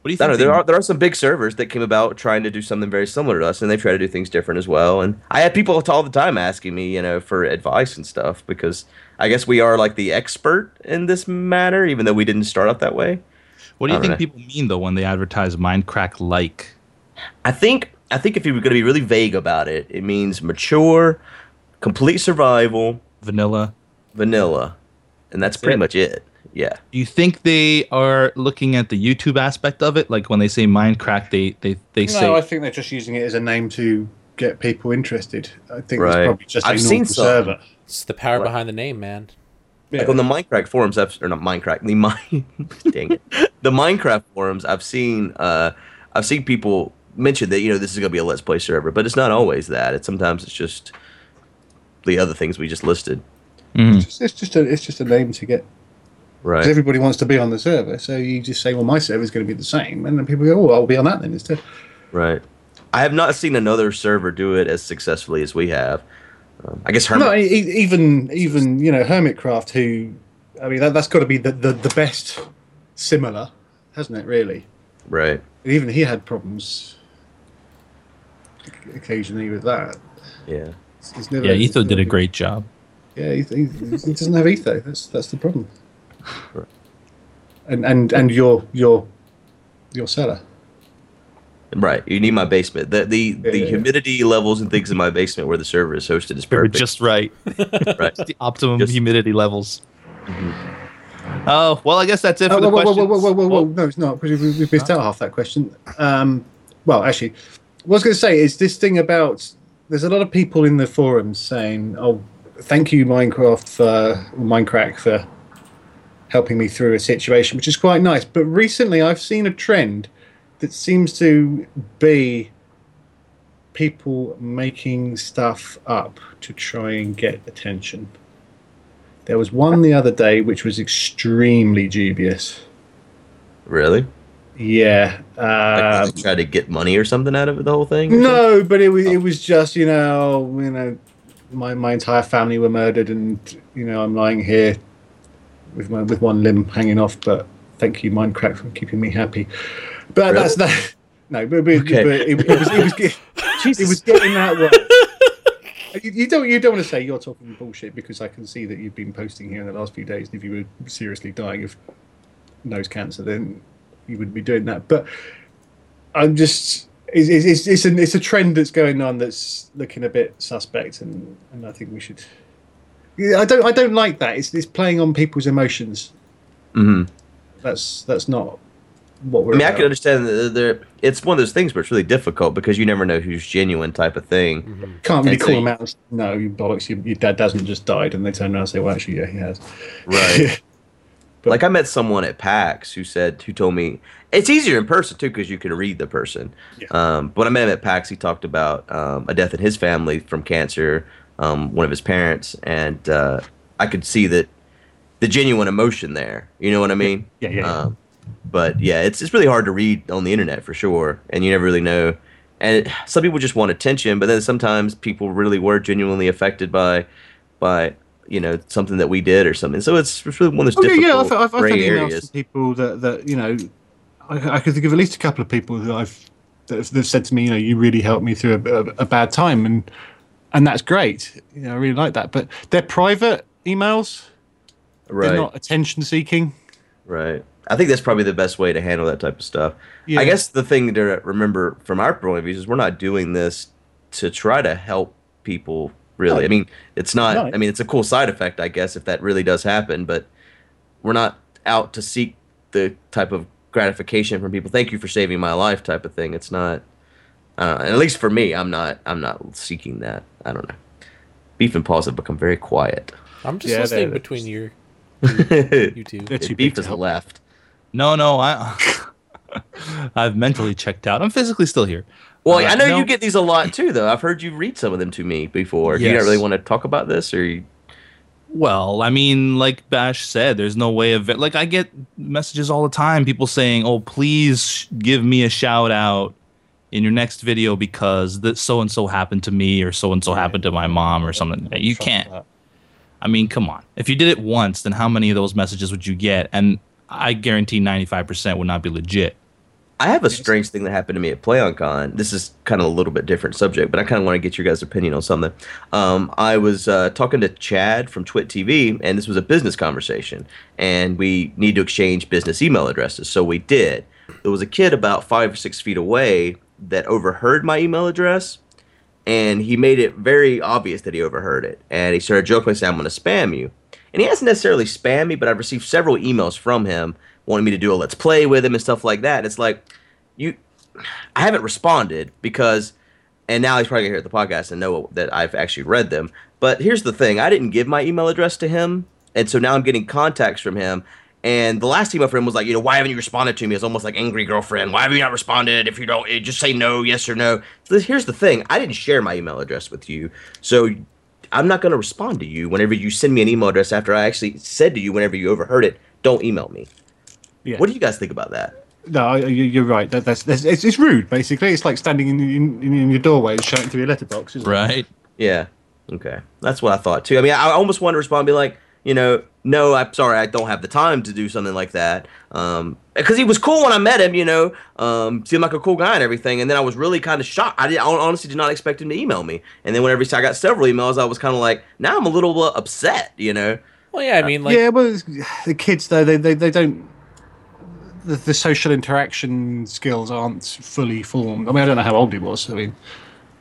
What do you
I
think?
don't know.
they-
There are there are some big servers that came about trying to do something very similar to us, and they've tried to do things different as well. And I had people all the time asking me, you know, for advice and stuff because I guess we are like the expert in this matter, even though we didn't start out that way.
what do you
I
think
don't
people mean though when they advertise Minecraft like?
I think I think if you were going to be really vague about it, it means mature, complete survival,
Vanilla.
vanilla, and that's pretty
it.
much it. Yeah.
Do you think they are looking at the YouTube aspect of it? Like when they say Minecraft, they they they say
No, I think they're just using it as a name to get people interested. I think
Right.
it's probably just
I've
a
seen
normal
some.
server.
It's the power
What?
behind the name, man.
Yeah.
Like on the Minecraft forums, I've or not Minecraft, the mine, [laughs] dang it, the Minecraft forums, I've seen, uh, I've seen people mention that you know this is gonna be a Let's Play server, but it's not always that. It's sometimes it's just the other things we just listed,
It's just- it's just a it's just a name to get. 'cause
Hmm. right?
Everybody wants to be on the server, so you just say, "Well, my server's going to be the same," and then people go, "Oh, I'll be on that then instead."
Right. I have not seen another server do it as successfully as we have. Um, I guess Herman.
No, e- e- even even you know Hermitcraft, who I mean, that, that's got to be the, the the best similar, hasn't it? Really,
right.
even he had problems occasionally with that.
Yeah.
It's- it's never-
yeah,
it's
Etho did
never-
a great job.
Yeah, he, he, he doesn't have etho. That's that's the problem. And and and your your your seller.
Right, you need my basement. The the, the
Yeah.
humidity levels and things in my basement where the server is hosted
[laughs]
is
They were
perfect.
just right.
right.
The optimum
Just-
humidity levels. Oh well, I guess that's it for
Mm-hmm. Oh,
the
whoa, whoa,
questions.
whoa, whoa, whoa, whoa, whoa,
Well,
No, it's not because we, we missed out half that question. Um, well, actually, what I was going to say is this thing about there's a lot of people in the forums saying, "Oh, thank you, Minecraft for Minecraft for helping me through a situation," which is quite nice. But recently, I've seen a trend that seems to be people making stuff up to try and get attention. There was one the other day which was extremely dubious.
Really?
Yeah.
Like,
um,
Uh,
did you try to get money or something out of it, the whole thing? or something?
no, but it was
oh.
it was just you know you know my my entire family were murdered and you know I'm lying here with my with one limb hanging off. But thank you, Minecraft, for keeping me happy. But
Really?
that's that. [laughs] No, but, but,
Okay.
but it, it was it was ge- it was getting that way. [laughs] You- You don't. You don't want to say you're talking bullshit because I can see that you've been posting here in the last few days. And if you were seriously dying of nose cancer, then you wouldn't be doing that. But I'm just it's it's it's, it's, an, it's a trend that's going on that's looking a bit suspect, and, and I think we should. Yeah, I don't I don't like that. It's it's playing on people's emotions.
Mhm.
That's that's not what we're.
I mean, I
about.
can understand that they're, it's one of those things where it's really difficult because you never know who's genuine type of thing.
Can't really
and so
call
you-
them out. and say, No, you bollocks. Your, your dad hasn't just died, and they turn around and say, "Well, actually, yeah, he has."
[laughs] Right. like I met someone at PAX who said who told me it's easier in person too because you can read the person.
Yeah.
Um, but when I met him at PAX, he talked about um, a death in his family from cancer, um, one of his parents, and uh, I could see that the genuine emotion there. You know what I mean?
Yeah, yeah, yeah.
Um, but yeah, it's it's really hard to read on the internet for sure, and you never really know. And it, some people just want attention, but then sometimes people really were genuinely affected by by you know something that we did or something. So it's, it's really one of those
Oh, yeah,
difficult
yeah. I've, I've, I've had
gray
emails
areas.
from people that, that you know, I, I could think of at least a couple of people who I've that have, they've said to me, you know, you really helped me through a, a, a bad time, and and that's great. You know, I really like that. But they're private emails.
Right,
They're not attention seeking.
right. I think that's probably the best way to handle that type of stuff.
Yeah.
I guess the thing to remember from our point of view is we're not doing this to try to help people. Really,
No.
I mean, it's not.
No.
I mean, it's a cool side effect, I guess, if that really does happen. But we're not out to seek the type of gratification from people. Thank you for saving my life, type of thing. It's not. I don't know. At least for me, I'm not. I'm not seeking that. I don't know. Beef and Paws have become very quiet.
I'm just
Yeah,
listening
they're-
[laughs]
between your you two.
They're too big
Beef
to
has
help.
left.
no, no, I [laughs] I've mentally checked out. I'm physically still here.
Well,
Uh,
I know
no.
you get these a lot too, though. I've heard you read some of them to me before. Do You
Yes.
don't really want to talk about this, or you,
Well, I mean, like Bash said, there's no way of it. Like, I get messages all the time, people saying, "Oh, please sh- give me a shout out in your next video because that so and so happened to me or so and so happened to my mom or something." You can't. I mean, come on. If you did it once, then how many of those messages would you get? And I guarantee 95% would not be legit.
I have a strange thing that happened to me at PlayOnCon. This is kind of a little bit different subject, but I kind of want to get your guys' opinion on something. Um, I was uh, talking to Chad from Twit TV, and this was a business conversation, and we need to exchange business email addresses. So we did. There was a kid about five or six feet away that overheard my email address, and he made it very obvious that he overheard it. And he started jokingly saying, "I'm going to spam you." And he hasn't necessarily spammed me, but I've received several emails from him wanting me to do a let's play with him and stuff like that. It's like you, I haven't responded because, and now he's probably gonna hear the podcast and know that I've actually read them. But here's the thing: I didn't give my email address to him, and so now I'm getting contacts from him. And the last email from him was like, you know, why haven't you responded to me? It's almost like angry girlfriend. Why have you not responded? If you don't, eh, just say no, yes or no. So this- here's the thing: I didn't share my email address with you, so I'm not gonna respond to you whenever you send me an email address after I actually said to you whenever you overheard it. Don't email me.
Yeah.
What do you guys think about that?
No, I- you- you're right. That, that's, that's it's, it's rude. Basically, it's like standing in, in, in your doorway and shouting through your letterbox. Isn't
Right?
Yeah. Okay. That's what I thought too. I mean, I I almost want to respond and be like, you know, no, I'm sorry, I don't have the time to do something like that. Um, because he was cool when I met him, you know, um, seemed like a cool guy and everything. And then I was really kind of shocked. I, did, I honestly did not expect him to email me. And then whenever he said I got several emails, I was kind of like, now I'm a little uh, upset, you know.
Well, yeah, I mean, like,
yeah, well, it's- the kids though they they, they don't the, the social interaction skills aren't fully formed. I mean, I don't know how old he was. I mean,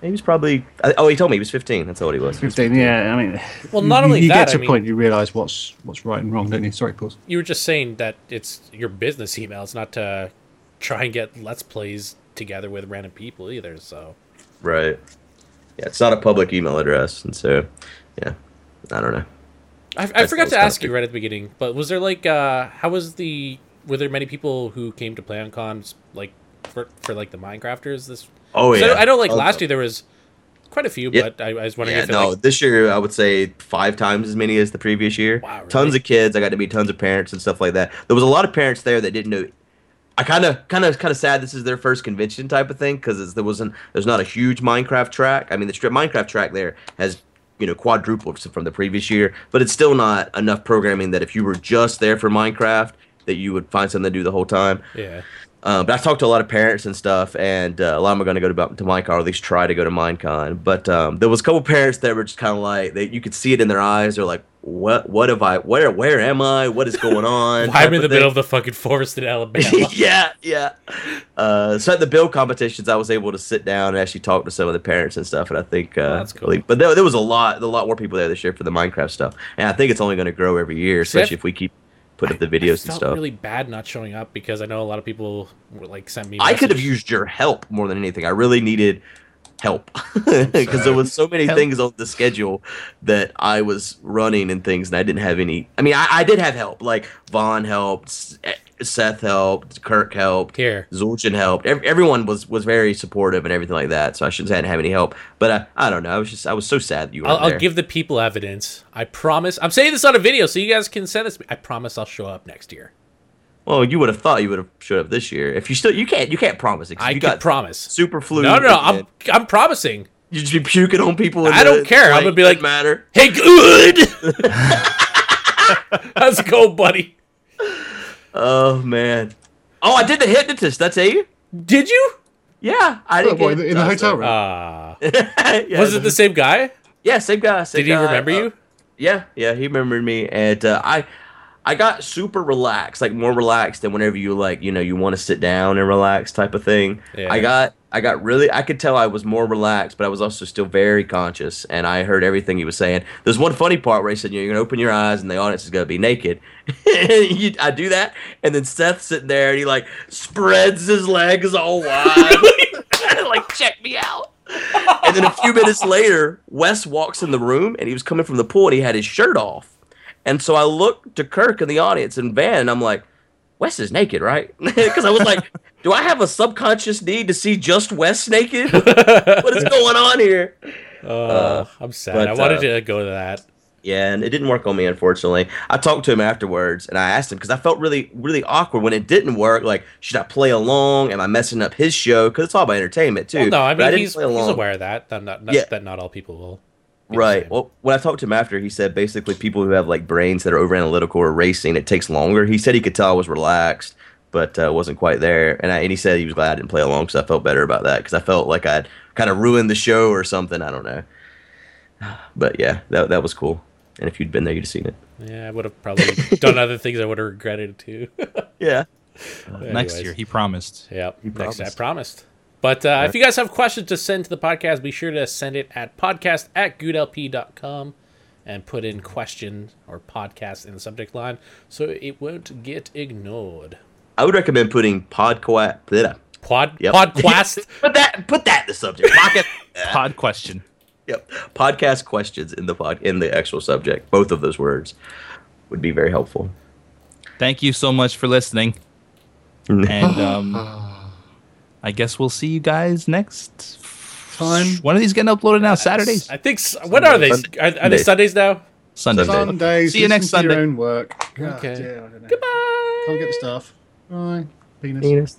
He was probably. I- Oh, he told me he was 15. That's how old he was.
15, yeah. I mean,
Well, not
you,
only
you
that,
get
I
to a
mean-
point you realise what's what's right and wrong, don't you? Sorry, pause.
You were just saying that it's your business email. It's not to try and get let's plays together with random people either. So
Right. Yeah, it's not a public email address, and so, yeah, I don't know.
I, I
suppose
forgot to
kinda
ask you
big.
right at the beginning, but was there like uh how was the were there many people who came to PlayOnCon like for, for like the Minecrafters this?
Oh
'cause
yeah,
I, I know like
Oh,
last year there was quite a few,
Yeah.
but I, I was wondering
Yeah,
if it,
no.
like,
this year I would say five times as many as the previous year.
Wow, really?
Tons of kids. I got to meet tons of parents and stuff like that. There was a lot of parents there that didn't know. I kind of, kind of, kind of sad. This is their first convention type of thing because there wasn't, there's not a huge Minecraft track. I mean, the strip Minecraft track there has, you know, quadrupled from the previous year, but it's still not enough programming that if you were just there for Minecraft, that you would find something to do the whole time.
yeah.
Um, but I've talked to a lot of parents and stuff, and uh, a lot of them are going to go to, about- to Minecon, or at least try to go to Minecon. But um, there was a couple parents that were just kind of like, they, you could see it in their eyes. They're like, "What? What have I? Where? Where am I? What is going
[laughs]
on?" type
I'm in the
of
middle
thing.
of the fucking forest
[laughs]
in Alabama.
yeah, yeah. Uh, so at the build competitions, I was able to sit down and actually talk to some of the parents and stuff, and I think uh,
that's cool.
like- but there, there was a lot, a lot more people there this year for the Minecraft stuff, and I think it's only going to grow every year,
See, I-
especially if we keep putting up the
I
videos and
felt
stuff.
really bad not showing up because I know a lot of people were, like sent me.
I could have
messages.
used your help more than anything. I really needed help [laughs] because there was so many things on the schedule that I was running and things, and I didn't have any. I mean, I, I did have help. Like Vaughn helped, S- eh, Seth helped, Kirk helped,
here.
Zulchin helped. Ev- everyone was was very supportive and everything like that. So I shouldn't say I didn't have any help, but I, I don't know. I was just I was so sad that you were
I'll,
there.
I'll give the people evidence. I promise. I'm saying this on a video so you guys can send this. I promise I'll show up next year.
well, you would have thought you would have showed up this year. If you still you can't you can't promise it. 'cause
I
you
can
got
promise.
super flu.
No, no, no,
and
I'm I'm promising.
you just be puking on people. in
I
the
don't care. I'm gonna be
plane. Doesn't
like-
matter. [laughs]
Hey, good. How's it go, buddy?
Oh man. Oh, I did the hypnotist. That's you?
Did you?
Yeah, I
Oh,
did.
boy, in the- in the hotel room.
Uh,
[laughs] yeah,
was it the same guy?
Yeah, same guy. Same
Did he
guy.
remember
Uh,
you?
Yeah, yeah, he remembered me, and uh, I, I got super relaxed, like more relaxed than whenever you like, you know, you want to sit down and relax type of thing.
Yeah.
I got, I got really, I could tell I was more relaxed, but I was also still very conscious, and I heard everything he was saying. There's one funny part where he said, "You're gonna open your eyes, and the audience is gonna be naked." [laughs] you, I do that, and then Seth's sitting there, and he like spreads his legs all wide, [laughs] like check me out. And then a few minutes later, Wes walks in the room and he was coming from the pool and he had his shirt off. And so I looked to Kirk in the audience and Van and I'm like, Wes is naked, right? [laughs] Because I was like, do I have a subconscious need to see just Wes naked? what is going on here?
Uh, I'm sad.
but,
I wanted
uh,
to go to that.
Yeah, and it didn't work on me, unfortunately. I talked to him afterwards and I asked him because I felt really, really awkward when it didn't work. Like, should I play along? Am I messing up his show? Because it's all about entertainment, too.
Well, no, I
But
mean
didn't
he's, he's
play along.
aware of that. That not, not-
Yeah.
that not all people will. be the
Right.
same.
Well, when I talked to him after, he said basically people who have like brains that are over analytical or racing, it takes longer. He said he could tell I was relaxed, but uh, wasn't quite there. And I, and he said he was glad I didn't play along because I felt better about that because I felt like I'd kind of ruined the show or something. I don't know. [sighs] But yeah, that that was cool. And if you'd been there, you'd have seen it.
yeah, I would have probably
[laughs]
done other things I would have regretted too.
Yeah.
Next
Anyways.
year, he promised.
Yeah, next I
promised.
promised. But uh, if you guys have questions to send to the podcast, be sure to send it at podcast at goodlp.com and put in question or podcast in the subject line so it won't get ignored.
I would recommend putting podquat. bleh.
Pod,
Yep.
Podquest.
Put that put that in the subject. [laughs] Podcast,
[laughs] Pod question.
yep. Podcast questions in the pod in the actual subject. Both of those words would be very helpful.
Thank you so much for listening. And um, I guess we'll see you guys next
Time.
One of these getting uploaded now, Saturdays,
I think. s what are they?
Sunday.
Are, are they Sundays now?
Sundays.
Sunday.
Sundays.
See you next
listen to
Sunday.
Your own work. God,
Okay.
dear, I don't know. Goodbye. Can't get the stuff. Bye. Penis.
Penis.